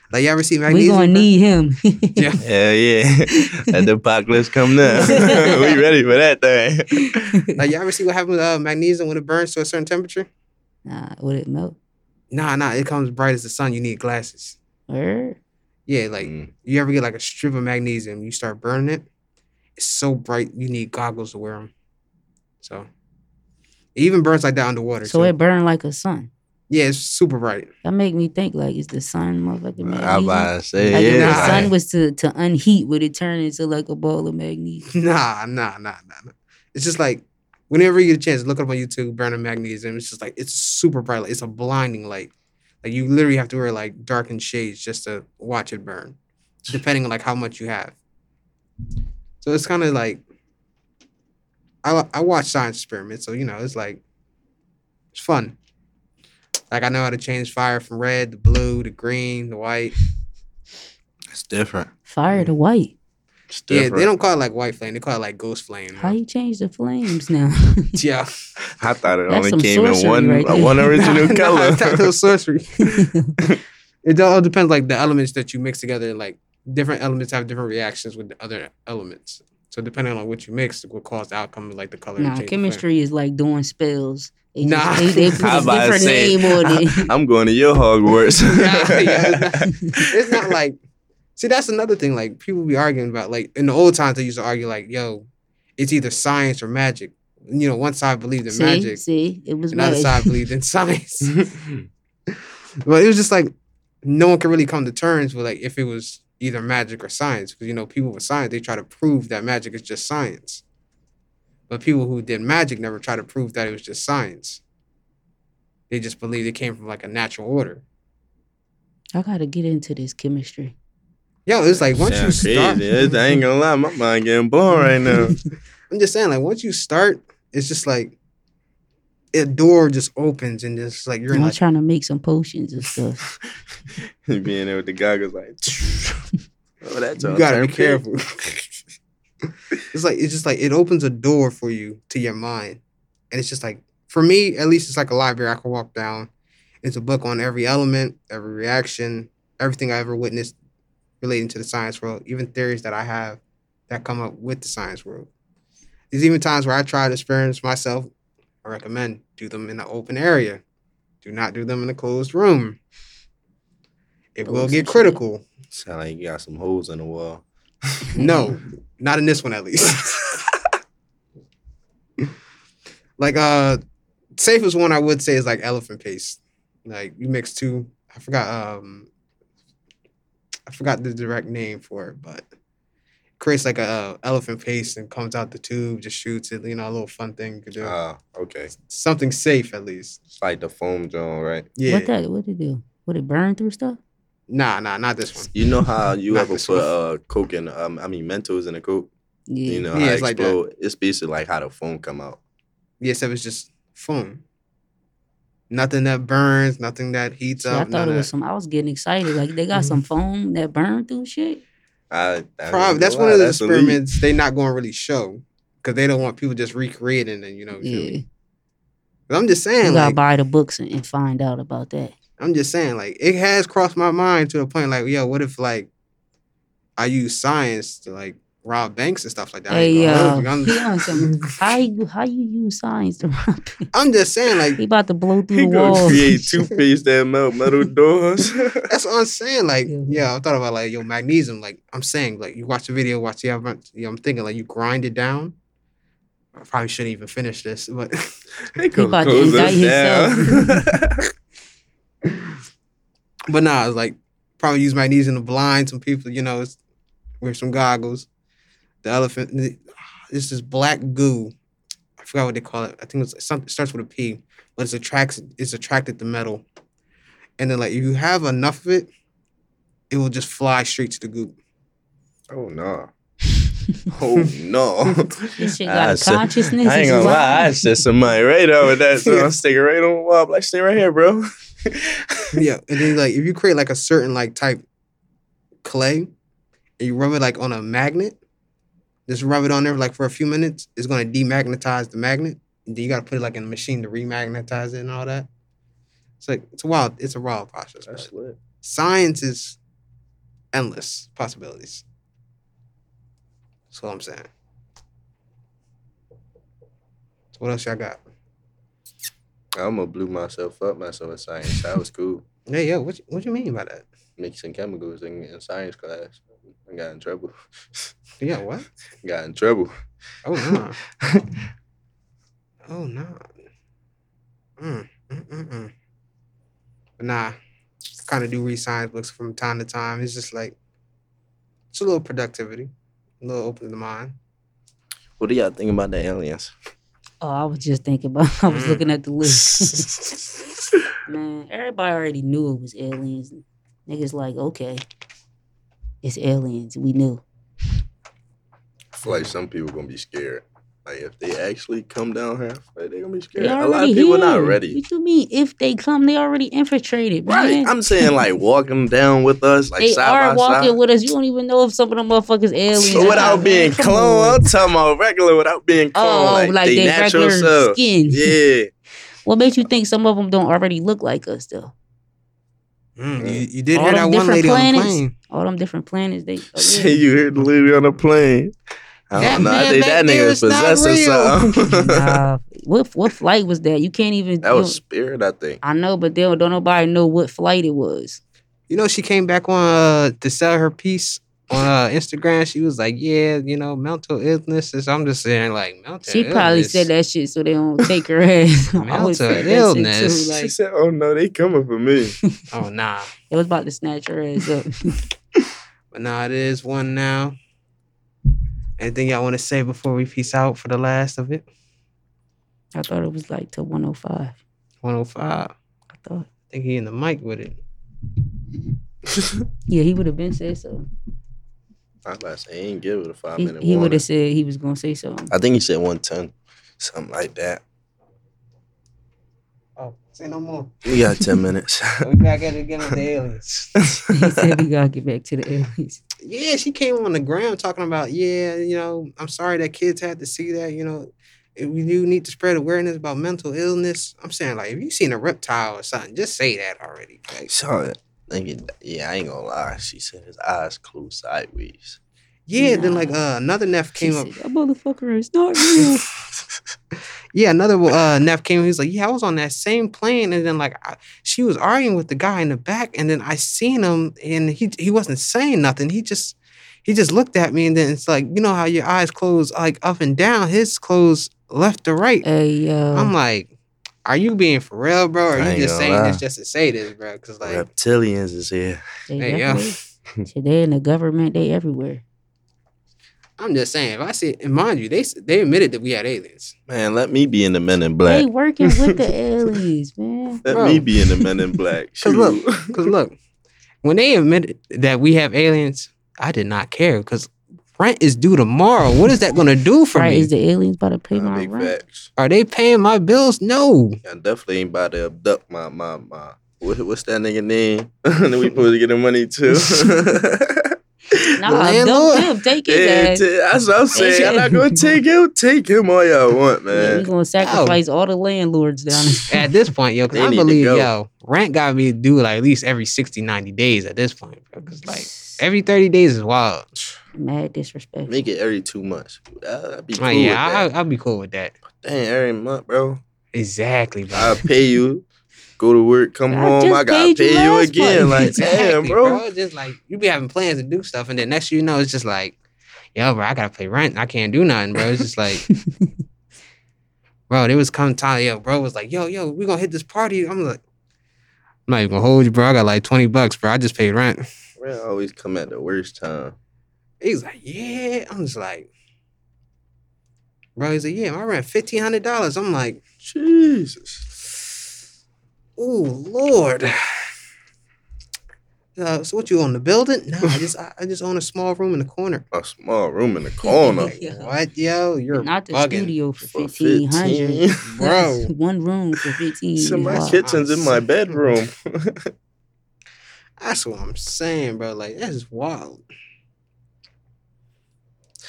Speaker 1: Like you ever see
Speaker 2: we
Speaker 1: magnesium?
Speaker 2: gonna
Speaker 1: bro?
Speaker 2: need him.
Speaker 1: Yeah.
Speaker 3: Hell yeah. Let the apocalypse come now. we ready for that thing.
Speaker 1: Like you ever see what happens with uh, magnesium when it burns to a certain temperature?
Speaker 2: nah, would it melt?
Speaker 1: Nah, nah, it comes bright as the sun. You need glasses.
Speaker 2: Word?
Speaker 1: Yeah, like
Speaker 3: Mm,
Speaker 1: you ever get like a strip of magnesium, you start burning it. It's so bright, you need goggles to wear them. So it even burns like that underwater.
Speaker 2: So
Speaker 1: too.
Speaker 2: it burned like a sun.
Speaker 1: yeah, it's super bright.
Speaker 2: That make me think like is the sun motherfucking
Speaker 3: I
Speaker 2: magnesium?
Speaker 3: about to say,
Speaker 2: like if
Speaker 3: yeah.
Speaker 2: the
Speaker 1: nah.
Speaker 2: sun
Speaker 3: like-
Speaker 2: was to to unheat, would it turn into like a ball of magnesium?
Speaker 1: Nah, nah, nah, nah, nah. It's just like whenever you get a chance, look up on YouTube, burning magnesium. It's just like it's super bright. Like, it's a blinding light. Like you literally have to wear like darkened shades just to watch it burn, depending on like how much you have. So it's kind of like I wa- I watch science experiments, so you know it's like it's fun. Like I know how to change fire from red to blue to green to white.
Speaker 3: It's different.
Speaker 2: Fire
Speaker 1: Mm.
Speaker 2: to white.
Speaker 3: It's
Speaker 1: Yeah,
Speaker 3: different.
Speaker 1: they don't call it like white flame; they call it like ghost flame.
Speaker 2: How you change the flames now?
Speaker 1: Yeah.
Speaker 3: I thought it
Speaker 2: That's
Speaker 3: only
Speaker 2: some
Speaker 3: came in
Speaker 2: sorcery
Speaker 3: one
Speaker 2: right
Speaker 3: uh,
Speaker 2: there.
Speaker 3: one original
Speaker 1: Nah, nah,
Speaker 3: color.
Speaker 1: it's not no sorcery. It all depends, like the elements that you mix together. Like different elements have different reactions with the other elements. So depending on what you mix, it will cause the outcome of like the color. and
Speaker 2: nah,
Speaker 1: change the
Speaker 2: chemistry is like doing spells. They just-
Speaker 1: Nah.
Speaker 2: they, they put
Speaker 1: I
Speaker 2: a
Speaker 1: about
Speaker 3: to
Speaker 2: different
Speaker 3: say,
Speaker 2: name on it.
Speaker 3: I'm going to your Hogwarts.
Speaker 1: Yeah, yeah, flavor. It's not like, see, that's another thing. Like people be arguing about, like in the old times, they used to argue like, "Yo, it's either science or magic." You know, one side believed in
Speaker 2: see,
Speaker 1: magic,
Speaker 2: see, it was
Speaker 1: another
Speaker 2: magic.
Speaker 1: side believed in science. but it was just like no one could really come to terms with like if it was either magic or science because you know people with science they try to prove that magic is just science but people who did magic never try to prove that it was just science they just believed it came from like a natural order
Speaker 2: I gotta get into this chemistry.
Speaker 1: yo it's like once you
Speaker 3: Sound
Speaker 1: start
Speaker 3: crazy. It's- I ain't gonna lie, my mind getting blown right now.
Speaker 1: i'm just saying like once you start it's just like a door just opens and it's like you're in
Speaker 2: I'm
Speaker 1: like
Speaker 2: trying to make some potions and stuff.
Speaker 3: Being there with the goggles, like, oh, that's all
Speaker 1: you gotta be
Speaker 3: turned pink.
Speaker 1: careful. it's like it's just like it opens a door for you to your mind, and it's just like for me at least it's like a library I can walk down. It's a book on every element, every reaction, everything I ever witnessed relating to the science world, even theories that I have that come up with the science world. There's even times where I try to experience myself. I recommend do them in an open area. Do not do them in a closed room. It
Speaker 2: But
Speaker 1: will
Speaker 2: what's
Speaker 1: get
Speaker 2: that shit?
Speaker 1: critical.
Speaker 3: Sound like you got some holes in the wall.
Speaker 1: No, not in this one at least. like uh safest one I would say is like elephant paste. Like you mix two I forgot um I forgot the direct name for it, but creates like a uh, elephant paste and comes out the tube, just shoots it, you know, a little fun thing you could do.
Speaker 3: Ah, okay.
Speaker 1: Something safe at least.
Speaker 3: It's like the foam joint, right?
Speaker 1: Yeah.
Speaker 2: What that? What it do? What it burn through stuff?
Speaker 1: Nah, nah, not this one.
Speaker 3: You know how you
Speaker 1: Not
Speaker 3: ever
Speaker 1: this
Speaker 3: put
Speaker 1: one.
Speaker 3: uh coke in um I mean mentos in a coke?
Speaker 2: Yeah.
Speaker 3: You know
Speaker 1: Yeah,
Speaker 3: how
Speaker 1: it's
Speaker 3: it's
Speaker 1: like that.
Speaker 3: explode. it's basically like how the foam come out.
Speaker 1: Yeah, except it's just foam. Nothing that burns, nothing that heats
Speaker 2: Shit, I
Speaker 1: up.
Speaker 2: thought
Speaker 1: none
Speaker 2: it
Speaker 1: of
Speaker 2: was
Speaker 1: that.
Speaker 2: some. I was getting excited. Like they got some foam that burn through shit.
Speaker 3: I, I
Speaker 1: Prob-
Speaker 3: ain't
Speaker 1: that's one
Speaker 3: gonna lie,
Speaker 1: of the
Speaker 3: that's elite.
Speaker 1: experiments they not going to really show because they don't want people just recreating it. You know, you feel
Speaker 2: Yeah,
Speaker 1: me? But I'm just
Speaker 2: you
Speaker 1: saying,
Speaker 2: gotta
Speaker 1: Oh, like,
Speaker 2: buy the books and, and find out about that.
Speaker 1: I'm just saying, like, it has crossed my mind to a point, like, yo, what if like I use science to like rob banks and stuff like that? I ain't
Speaker 2: Hey,
Speaker 1: gonna
Speaker 2: yo,
Speaker 1: hold you.
Speaker 2: he on some.
Speaker 1: I'm,
Speaker 2: How you how you use science to rob? people?
Speaker 1: I'm just saying,
Speaker 2: he
Speaker 1: like,
Speaker 2: about to blow through
Speaker 3: He
Speaker 2: the
Speaker 3: gonna
Speaker 2: walls.
Speaker 3: create toothpaste that melt metal doors.
Speaker 1: that's what I'm saying, like,
Speaker 2: Yeah.
Speaker 1: yeah, I thought about like yo magnesium, like I'm saying, like, you watch the video, watch the advert, you know, I'm thinking like you grind it down. I probably shouldn't even finish this, but
Speaker 3: they
Speaker 2: about to indict himself.
Speaker 1: But nah, it's like probably use magnesium to blind some people, you know, it's, wear some goggles. The elephant, the- it's this black goo. I forgot what they call it. I think it's something it starts with a P, but it's attracts it's attracted to metal. And then like if you have enough of it, it will just fly straight to the goo.
Speaker 3: oh no. Oh no.
Speaker 2: This shit
Speaker 3: I
Speaker 2: got a
Speaker 3: said-
Speaker 2: consciousness.
Speaker 3: Ah, I ain't
Speaker 2: It's
Speaker 3: gonna
Speaker 2: wild.
Speaker 3: lie, I set somebody right up with that. So I'm sticking right on the wall. I'm Like, stay right here, bro.
Speaker 1: yeah. And then like if you create like a certain like type clay and you rub it like on a magnet, just rub it on there like for a few minutes, it's gonna demagnetize the magnet. And then you gotta put it like in a machine to remagnetize it and all that. It's like it's a wild, it's a wild process. but
Speaker 3: lit.
Speaker 1: Science is endless possibilities. That's all I'm saying. So what else y'all got?
Speaker 3: I almost blew myself up myself in science. That was cool.
Speaker 1: Hey yo, what you- what you mean by that?
Speaker 3: Mixing chemicals in, in science class. I got in trouble.
Speaker 1: Yeah, what?
Speaker 3: Got in trouble.
Speaker 1: Oh no. oh no. Mm, mm, mm, mm. But nah, kind of do read science books from time to time. It's just like it's a little productivity, a little open to the mind.
Speaker 3: What do y'all think about the aliens?
Speaker 2: Oh, I was just thinking about. I was
Speaker 1: Mm.
Speaker 2: looking at the list. Man, everybody already knew it was aliens. Niggas like, okay, it's aliens. We knew.
Speaker 3: I feel like some people gonna be scared. Like if they actually come down here, I feel like they gonna be scared.
Speaker 2: They
Speaker 3: A lot of
Speaker 2: already
Speaker 3: people not
Speaker 2: here.
Speaker 3: ready.
Speaker 2: What you mean? If they come, they already infiltrated.
Speaker 3: Right.
Speaker 2: man.
Speaker 3: I'm saying like walking down with us, like
Speaker 2: they
Speaker 3: side
Speaker 2: are
Speaker 3: by
Speaker 2: walking
Speaker 3: side.
Speaker 2: with us. You don't even know if some of them motherfuckers aliens.
Speaker 3: So
Speaker 2: or
Speaker 3: without
Speaker 2: not,
Speaker 3: being
Speaker 2: man. Come
Speaker 3: clone,
Speaker 2: on.
Speaker 3: I'm talking about regular without being clone,
Speaker 2: Oh,
Speaker 3: like, they,
Speaker 2: their
Speaker 3: natural
Speaker 2: regular
Speaker 3: self.
Speaker 2: skin.
Speaker 3: Yeah,
Speaker 2: What makes you think some of them don't already look like us though?
Speaker 1: Mm, you, you did
Speaker 2: All
Speaker 1: hear that
Speaker 2: them
Speaker 1: one
Speaker 2: different
Speaker 1: lady
Speaker 2: planets.
Speaker 1: on the plane.
Speaker 2: All them different planets. They. Oh,
Speaker 3: Shit,
Speaker 2: yeah.
Speaker 3: you heard the lady on the plane. I
Speaker 1: That
Speaker 3: don't know. I
Speaker 1: man
Speaker 3: think
Speaker 1: back
Speaker 3: that
Speaker 1: there
Speaker 3: nigga was
Speaker 1: is not
Speaker 3: possessed or
Speaker 1: real.
Speaker 3: something.
Speaker 2: Nah, what what flight was that? You can't even.
Speaker 3: that was
Speaker 2: you
Speaker 3: spirit, I think.
Speaker 2: don't- I know, but they don't, don't nobody know what flight it was.
Speaker 1: You know, she came back on uh, to sell her piece on uh, Instagram. She was like, "Yeah, you know, mental illness." is-" I'm just saying, like, mental.
Speaker 2: She probably
Speaker 1: illness.
Speaker 2: said that shit so they don't take her ass. I always
Speaker 1: Mental
Speaker 2: think that
Speaker 1: illness.
Speaker 2: shit too,
Speaker 3: She
Speaker 2: like,
Speaker 3: said, "Oh no, they coming for me."
Speaker 1: Oh nah,
Speaker 2: it was about to snatch her ass up.
Speaker 1: But nah, it is one now. Anything y'all want to say before we peace out for the last of it?
Speaker 2: I thought it was like to 105.
Speaker 1: 105. I
Speaker 2: I thought.
Speaker 1: think he in the mic with it.
Speaker 2: Yeah, he would have been said so.
Speaker 3: I was like, I ain't give it a five
Speaker 2: He,
Speaker 3: minute
Speaker 2: he would
Speaker 3: warning.
Speaker 2: have said he was gonna say something.
Speaker 3: I think he said one ten, something like that.
Speaker 1: Oh, say no more.
Speaker 3: We got ten minutes.
Speaker 1: We back at it again with the aliens.
Speaker 2: he said we gotta get back to the aliens.
Speaker 1: yeah, she came on the ground talking about, yeah, you know, I'm sorry that kids had to see that, you know. eh, We do need to spread awareness about mental illness. I'm saying, like, if you seen a reptile or something, just say that already. Like,
Speaker 3: Saw it. Thinking, yeah, I ain't gonna lie. She said his eyes closed sideways.
Speaker 1: yeah, then, like,
Speaker 2: Nah.
Speaker 1: uh, another neph
Speaker 2: She
Speaker 1: came
Speaker 2: said,
Speaker 1: up.
Speaker 2: that motherfucker is not real.
Speaker 1: Yeah, another uh, Neff came. He was like, "Yeah, I was on that same plane," and then like I, she was arguing with the guy in the back, and then I seen him, and he he wasn't saying nothing. He just he just looked at me, and then it's like you know how your eyes close like up and down. His closed left to right.
Speaker 2: Hey yo,
Speaker 1: I'm like, "Are you being for real, bro? Or
Speaker 3: I
Speaker 1: are
Speaker 3: ain't
Speaker 1: you just
Speaker 3: gonna
Speaker 1: saying
Speaker 3: lie.
Speaker 1: this just to say this, bro?" Because like,
Speaker 3: Reptilians is here.
Speaker 2: they
Speaker 1: hey, yo.
Speaker 2: definitely- shit, they in the government, they everywhere.
Speaker 1: I'm just saying. If I see, and mind you, they s- they admitted that we had aliens.
Speaker 3: Man, let me be in the Men in
Speaker 2: They
Speaker 3: Black.
Speaker 2: working with the aliens, man.
Speaker 3: Let
Speaker 1: Bro.
Speaker 3: me be in the Men in Black.
Speaker 1: Cause look, cause look, when they admitted that we have aliens, I did not care. Cause rent is due tomorrow. What is that gonna do for
Speaker 2: right?
Speaker 1: me?
Speaker 2: Is the aliens about to pay
Speaker 3: Nah,
Speaker 2: my
Speaker 3: big
Speaker 2: rent?
Speaker 3: facts.
Speaker 1: Are they paying my bills? No.
Speaker 3: I definitely ain't about to abduct my my my. What, what's that nigga name? that we supposed to get the money to?
Speaker 2: Nah,
Speaker 1: landlord?
Speaker 2: don't him. Take it,
Speaker 3: yeah,
Speaker 2: guys.
Speaker 3: t- that's what I'm saying. I'm not gonna take him. Take him all y'all want,
Speaker 2: We're
Speaker 3: man.
Speaker 2: gonna sacrifice all the landlords down.
Speaker 1: At this point, yo, cause
Speaker 3: They
Speaker 1: I
Speaker 3: need to
Speaker 1: believe
Speaker 3: go.
Speaker 1: yo, rent got me due like at least every 60, 90 days at this point, bro. Cause like every 30 days is wild.
Speaker 2: Mad disrespect.
Speaker 3: Make it every two months. I'd be cool
Speaker 1: Like,
Speaker 3: with
Speaker 1: yeah,
Speaker 3: that.
Speaker 1: I, I'll be cool with that.
Speaker 3: Dang, every month, bro.
Speaker 1: Exactly, bro.
Speaker 3: I pay you. Go to work, come
Speaker 2: I
Speaker 3: home.
Speaker 2: just
Speaker 3: I gotta
Speaker 2: paid you
Speaker 3: pay you,
Speaker 2: last
Speaker 3: again.
Speaker 2: month.
Speaker 3: Like, damn,
Speaker 1: Exactly,
Speaker 3: bro.
Speaker 1: Just like you be having plans to do stuff, and then next thing you know, it's just like, yo, bro, I gotta pay rent. I can't do nothing, bro. It's just like, bro, there was come time, yo, bro was like, yo, yo, we gonna hit this party. I'm like, I'm not even gonna hold you, bro. I got like twenty bucks, bro. I just paid rent.
Speaker 3: Bro, I always come at the worst time.
Speaker 1: He's like, yeah. I'm just like, bro. He's like, yeah, my rent fifteen hundred dollars. I'm like,
Speaker 3: Jesus.
Speaker 1: oh lord. Uh, so what you own the building? No, I just I, I just own a small room in the corner.
Speaker 3: A small room in the corner.
Speaker 1: Like,
Speaker 2: Yeah.
Speaker 1: What, yo? You're
Speaker 2: Not the
Speaker 1: bugging.
Speaker 2: studio for
Speaker 3: For
Speaker 2: fifteen hundred,
Speaker 3: 15.
Speaker 1: Bro.
Speaker 2: One room for fifteen.
Speaker 3: So my
Speaker 2: Wow.
Speaker 3: kitchen's in my bedroom.
Speaker 1: That's what I'm saying, bro. Like that is wild.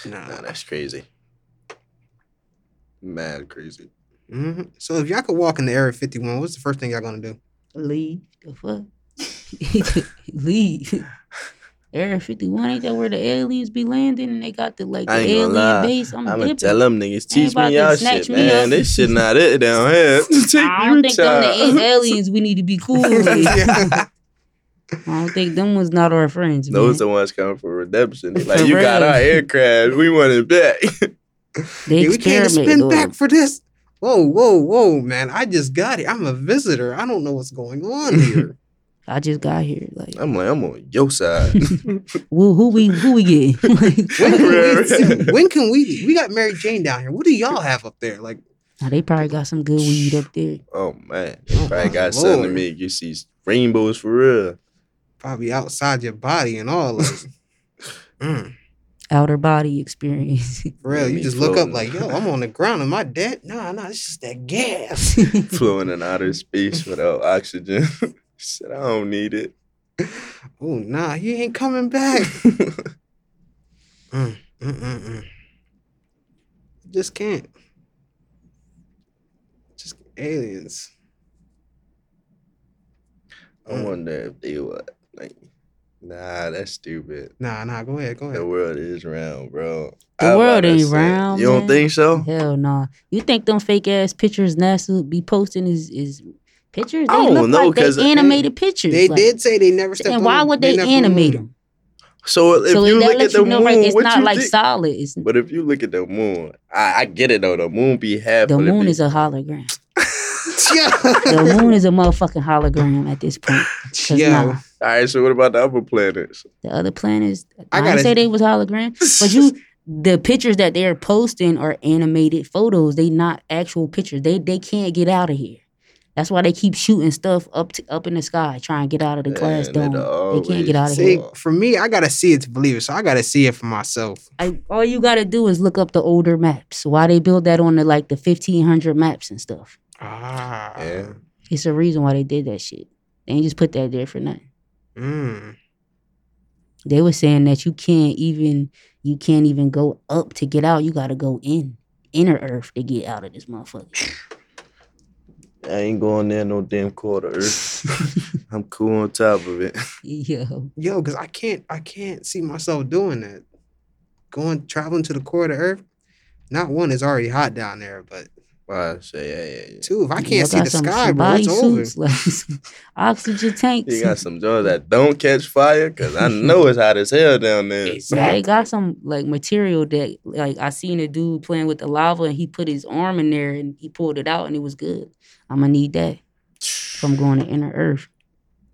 Speaker 1: Nah.
Speaker 3: nah, that's crazy. Mad crazy.
Speaker 1: hmm So if y'all could walk in the Area 51, what's the first thing y'all gonna do?
Speaker 2: Leave the fuck. Leave. Area 51 ain't that where the aliens be landing and they got the like the
Speaker 3: I ain't gonna
Speaker 2: alien
Speaker 3: lie.
Speaker 2: base. I'm,
Speaker 3: I'ma
Speaker 2: dipping.
Speaker 3: tell them niggas, teach
Speaker 2: about
Speaker 3: me
Speaker 2: to
Speaker 3: y'all
Speaker 2: snatch
Speaker 3: shit,
Speaker 2: me
Speaker 3: man.
Speaker 2: up.
Speaker 3: This shit not it down here. Take
Speaker 2: I don't
Speaker 3: your
Speaker 2: think them
Speaker 3: time.
Speaker 2: the aliens we need to be cool with.
Speaker 1: Yeah.
Speaker 2: I don't think them was not our friends. Man.
Speaker 3: Those the ones coming for redemption. They Like
Speaker 2: For
Speaker 3: you got
Speaker 2: real.
Speaker 3: our aircraft, we want it back.
Speaker 2: they
Speaker 1: Yeah, we can't
Speaker 2: experiment.
Speaker 1: spin
Speaker 2: though.
Speaker 1: back for this. Whoa, whoa, whoa, man. I just got it. I'm a visitor. I don't know what's going on here.
Speaker 2: I just got here. Like
Speaker 3: I'm like, I'm on your side.
Speaker 2: Well, who we who we getting?
Speaker 1: when,
Speaker 2: Like,
Speaker 1: can we,
Speaker 3: Right, right.
Speaker 1: when can we we got Mary Jane down here? What do y'all have up there? Like
Speaker 2: nah, they probably got some good weed up there.
Speaker 3: Oh man,
Speaker 1: Oh,
Speaker 3: probably
Speaker 1: my
Speaker 3: got something to
Speaker 1: Lord.
Speaker 3: make you see rainbows for real.
Speaker 1: probably outside your body and all like Mm,
Speaker 2: Outer body experience.
Speaker 1: for real. You
Speaker 3: Me
Speaker 1: just look up
Speaker 3: floating.
Speaker 1: like, yo, I'm on the ground. Am I dead? Nah, nah, it's just that gas.
Speaker 3: Floating in outer space without oxygen. Shit, I don't need it.
Speaker 1: Oh nah, he ain't coming back. Mm, mm, mm, mm. Just can't. Just aliens.
Speaker 2: Mm.
Speaker 3: I
Speaker 1: Mm.
Speaker 3: wonder if they would like. Nah, that's stupid.
Speaker 1: Nah, nah. Go ahead, go
Speaker 3: The
Speaker 1: ahead.
Speaker 3: world is round, bro.
Speaker 2: Mm. The
Speaker 3: I was
Speaker 2: world
Speaker 3: about to
Speaker 2: ain't
Speaker 3: say,
Speaker 2: round,
Speaker 3: You don't
Speaker 2: man.
Speaker 3: think so?
Speaker 2: Hell no. You think them fake ass pictures NASA be posting is is pictures? They
Speaker 3: I don't
Speaker 2: look
Speaker 3: know,
Speaker 2: like
Speaker 3: 'cause uh,
Speaker 2: they
Speaker 3: they-
Speaker 2: animated pictures.
Speaker 1: They
Speaker 2: like-
Speaker 1: did say they never stepped.
Speaker 2: And
Speaker 1: on
Speaker 2: why
Speaker 1: the-
Speaker 2: would they,
Speaker 1: never-
Speaker 2: animate them?
Speaker 3: So if
Speaker 2: so
Speaker 3: you
Speaker 2: that
Speaker 3: look at
Speaker 2: lets
Speaker 3: the
Speaker 2: you know,
Speaker 3: moon,
Speaker 2: right? It's
Speaker 3: what
Speaker 2: not
Speaker 3: you
Speaker 2: like
Speaker 3: think?
Speaker 2: solid. It's
Speaker 3: But if you look at the moon, I, I get it though. The moon be half.
Speaker 2: the
Speaker 3: of
Speaker 2: moon
Speaker 3: big-
Speaker 2: is a hologram.
Speaker 1: Yo,
Speaker 2: The moon is a motherfucking hologram at this point. 'Cause
Speaker 1: Yo.
Speaker 2: nah,
Speaker 3: All right, so what about the other planets?
Speaker 2: the other planets.
Speaker 1: I
Speaker 2: I,
Speaker 1: gotta-
Speaker 2: didn't say they was hologram, but you the pictures that they're posting are animated photos. They not actual pictures. They they can't get out of here. That's why they keep shooting stuff up to, up in the sky, trying to get out of the glass
Speaker 3: Man,
Speaker 2: dome.
Speaker 3: it
Speaker 2: They can't get out
Speaker 3: always
Speaker 2: of
Speaker 1: See,
Speaker 2: here.
Speaker 3: fall.
Speaker 1: for me, I gotta see it to believe it. So I gotta see it for myself.
Speaker 2: I, all you gotta do is look up the older maps. Why they build that on the like the fifteen hundred maps and stuff.
Speaker 1: Ah.
Speaker 3: Yeah.
Speaker 2: It's a reason why they did that shit. They ain't just put that there for nothing.
Speaker 1: Mm.
Speaker 2: They were saying that you can't even you can't even go up to get out. You gotta go in inner Earth to get out of this motherfucker.
Speaker 3: I ain't going there no damn quarter earth. I'm cool on top of it.
Speaker 2: Yo,
Speaker 1: Yo, cause I can't, I can't see myself doing that. Going traveling to the core of the earth. Not one is already hot down there, but
Speaker 3: Why? Say, yeah, yeah, yeah.
Speaker 1: Too, if I
Speaker 2: Y'all
Speaker 1: can't see
Speaker 2: got
Speaker 1: the
Speaker 2: some-
Speaker 1: sky,
Speaker 2: some
Speaker 1: bro, it's over.
Speaker 2: bodysuits, like, some oxygen tanks.
Speaker 3: You got some jaws that don't catch fire because I know it's hot as hell down there.
Speaker 2: Yeah, they got some like material that like I seen a dude playing with the lava and he put his arm in there and he pulled it out and it was good. I'm gonna need that if I'm going to inner earth.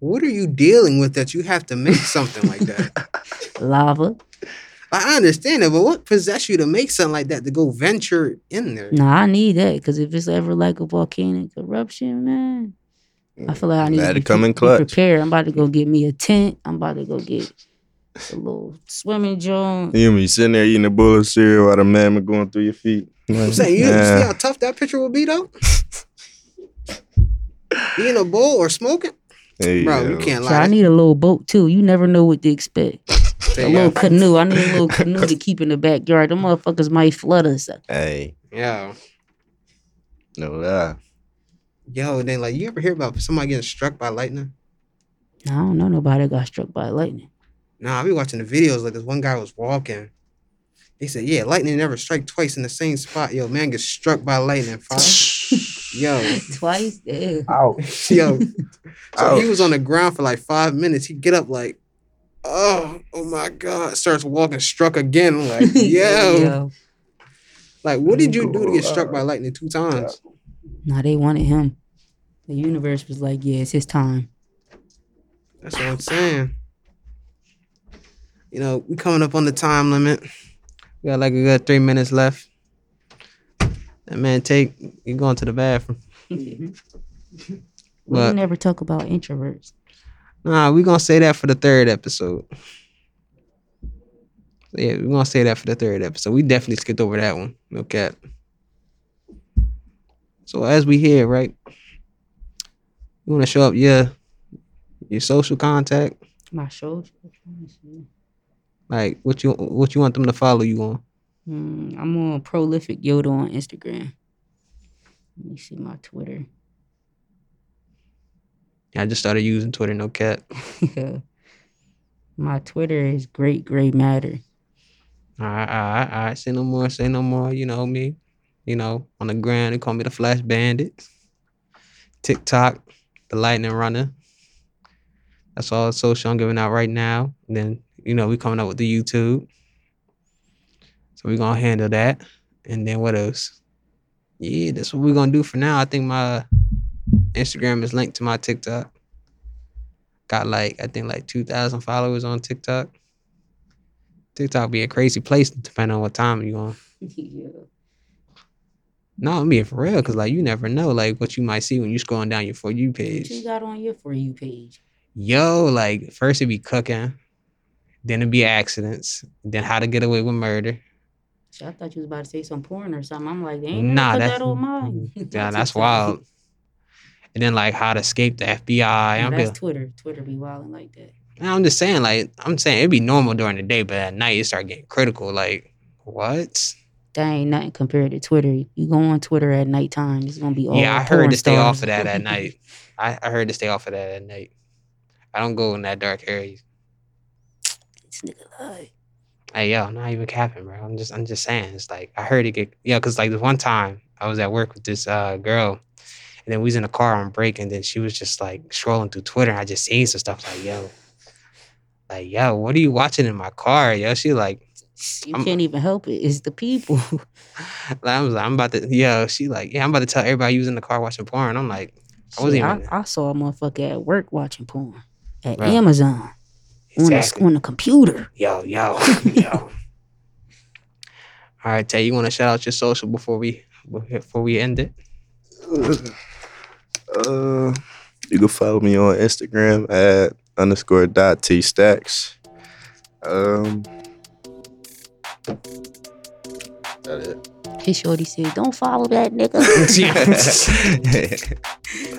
Speaker 1: What are you dealing with that you have to make something like that?
Speaker 2: Lava.
Speaker 1: I understand it, but what possessed you to make something like that to go venture in there?
Speaker 2: Nah, I need that because if it's ever like a volcanic eruption, man, I feel like I need
Speaker 3: That'd
Speaker 2: to be
Speaker 3: come
Speaker 2: pre-
Speaker 3: in
Speaker 2: be
Speaker 3: clutch.
Speaker 2: prepared. I'm about to go get me a tent. I'm about to go get a little swimming joint.
Speaker 3: You mean sitting there eating a bowl of cereal while the mammoth going through your feet?
Speaker 1: I'm saying, you see how tough that picture would be, though? Being a bull or smoking? Bro, you can't
Speaker 2: So
Speaker 1: lie.
Speaker 2: I need a little boat too. You never know what to expect.
Speaker 1: Say
Speaker 2: A
Speaker 1: yeah.
Speaker 2: little canoe. I need a little canoe to keep in the backyard. Them motherfuckers might flood us.
Speaker 3: Hey,
Speaker 1: yeah.
Speaker 3: no lie.
Speaker 1: Yo, then like you ever hear about somebody getting struck by lightning?
Speaker 2: I don't know nobody got struck by lightning.
Speaker 1: Nah, I be watching the videos. Like this one guy was walking. He said, "Yeah, lightning never strike twice in the same spot." Yo, man gets struck by lightning. Five. yo,
Speaker 2: Twice. Yeah.
Speaker 3: Ow.
Speaker 1: yo. So he
Speaker 3: Ouch.
Speaker 1: was on the ground for like five minutes. He get up like, oh, oh my god, starts walking, struck again. I'm like, yo, like what did you do to get struck by lightning two times?
Speaker 2: Nah, they wanted him. The universe was like, yeah, it's his time.
Speaker 1: That's what I'm saying. You know, we coming up on the time limit. We got like a good three minutes left. That man, take you going to the bathroom.
Speaker 2: We
Speaker 1: Mm-hmm. But
Speaker 2: never talk about introverts.
Speaker 1: nah, we gonna say that for the third episode. So, yeah, we gonna say that for the third episode. We definitely skipped over that one. No cap. So as we here, right? You wanna show up your your social contact?
Speaker 2: My shoulder.
Speaker 1: Like what you what you want them to follow you on?
Speaker 2: Mm, I'm on prolific Yoda on Instagram. Let me see my Twitter.
Speaker 1: I just started using Twitter, no cap.
Speaker 2: my Twitter is great gray matter.
Speaker 1: All right, all right, all right. Say no more, say no more. You know me. You know, on the ground, they call me the Flash Bandit. TikTok, the Lightning Runner. That's all the social I'm giving out right now. And then, you know, we coming up with the YouTube. So we're going to handle that. And then what else? Yeah, that's what we're going to do for now. I think my Instagram is linked to my TikTok. Got like, I think like 2,000 followers on TikTok. TikTok be a crazy place depending on what time you on.
Speaker 2: yeah.
Speaker 1: No, I'm being for real, cause like you never know like what you might see when you scrolling down your for you
Speaker 2: What you
Speaker 1: page.
Speaker 2: got on your for you page?
Speaker 1: Yo, like first it be cooking, then it be accidents, then how to get away with murder.
Speaker 2: Shit, I thought you was about to say some porn or something. I'm like, they ain't never
Speaker 1: Nah,
Speaker 2: put
Speaker 1: that's
Speaker 2: that on mine.
Speaker 1: yeah, that's wild. And then like how to escape the FBI.
Speaker 2: Nah,
Speaker 1: I'm,
Speaker 2: that's
Speaker 1: be-
Speaker 2: Twitter. Twitter be wilding like that.
Speaker 1: I'm just saying like I'm saying it'd be normal during the day, but at night it start getting critical. Like what?
Speaker 2: That ain't nothing compared to Twitter. You go on Twitter at nighttime, it's gonna be all
Speaker 1: yeah, I heard
Speaker 2: Oh, porn
Speaker 1: to stay off of
Speaker 2: stars.
Speaker 1: that at night. I, I heard to stay off of that at night. I don't go in that dark area.
Speaker 2: This nigga lied.
Speaker 1: Hey, yo, I'm not even capping, bro. I'm just, I'm just saying. It's like I heard it get, yeah, cause like the one time I was at work with this uh, girl, and then we was in the car on break, and then she was just like scrolling through Twitter, and I just seen some stuff like, yo, like, yo, what are you watching in my car, yo? She like,
Speaker 2: You
Speaker 1: I'm-
Speaker 2: can't even help it. It's the people.
Speaker 1: I was like, I'm about to, yo, she like, yeah, I'm about to tell everybody you was in the car watching porn. I'm like, I wasn't
Speaker 2: Shit, I,
Speaker 1: even-
Speaker 2: I saw a motherfucker at work watching porn at
Speaker 1: Bruh.
Speaker 2: Amazon on the,
Speaker 1: exactly.
Speaker 2: on the computer.
Speaker 1: Yo, yo, yo. All right, Tay, you want to shout out your social before we before we end it?
Speaker 3: Uh, you can follow me on Instagram at underscore dot t stacks. Um, that it.
Speaker 2: His shorty said, "Don't follow that nigga."
Speaker 1: Yeah.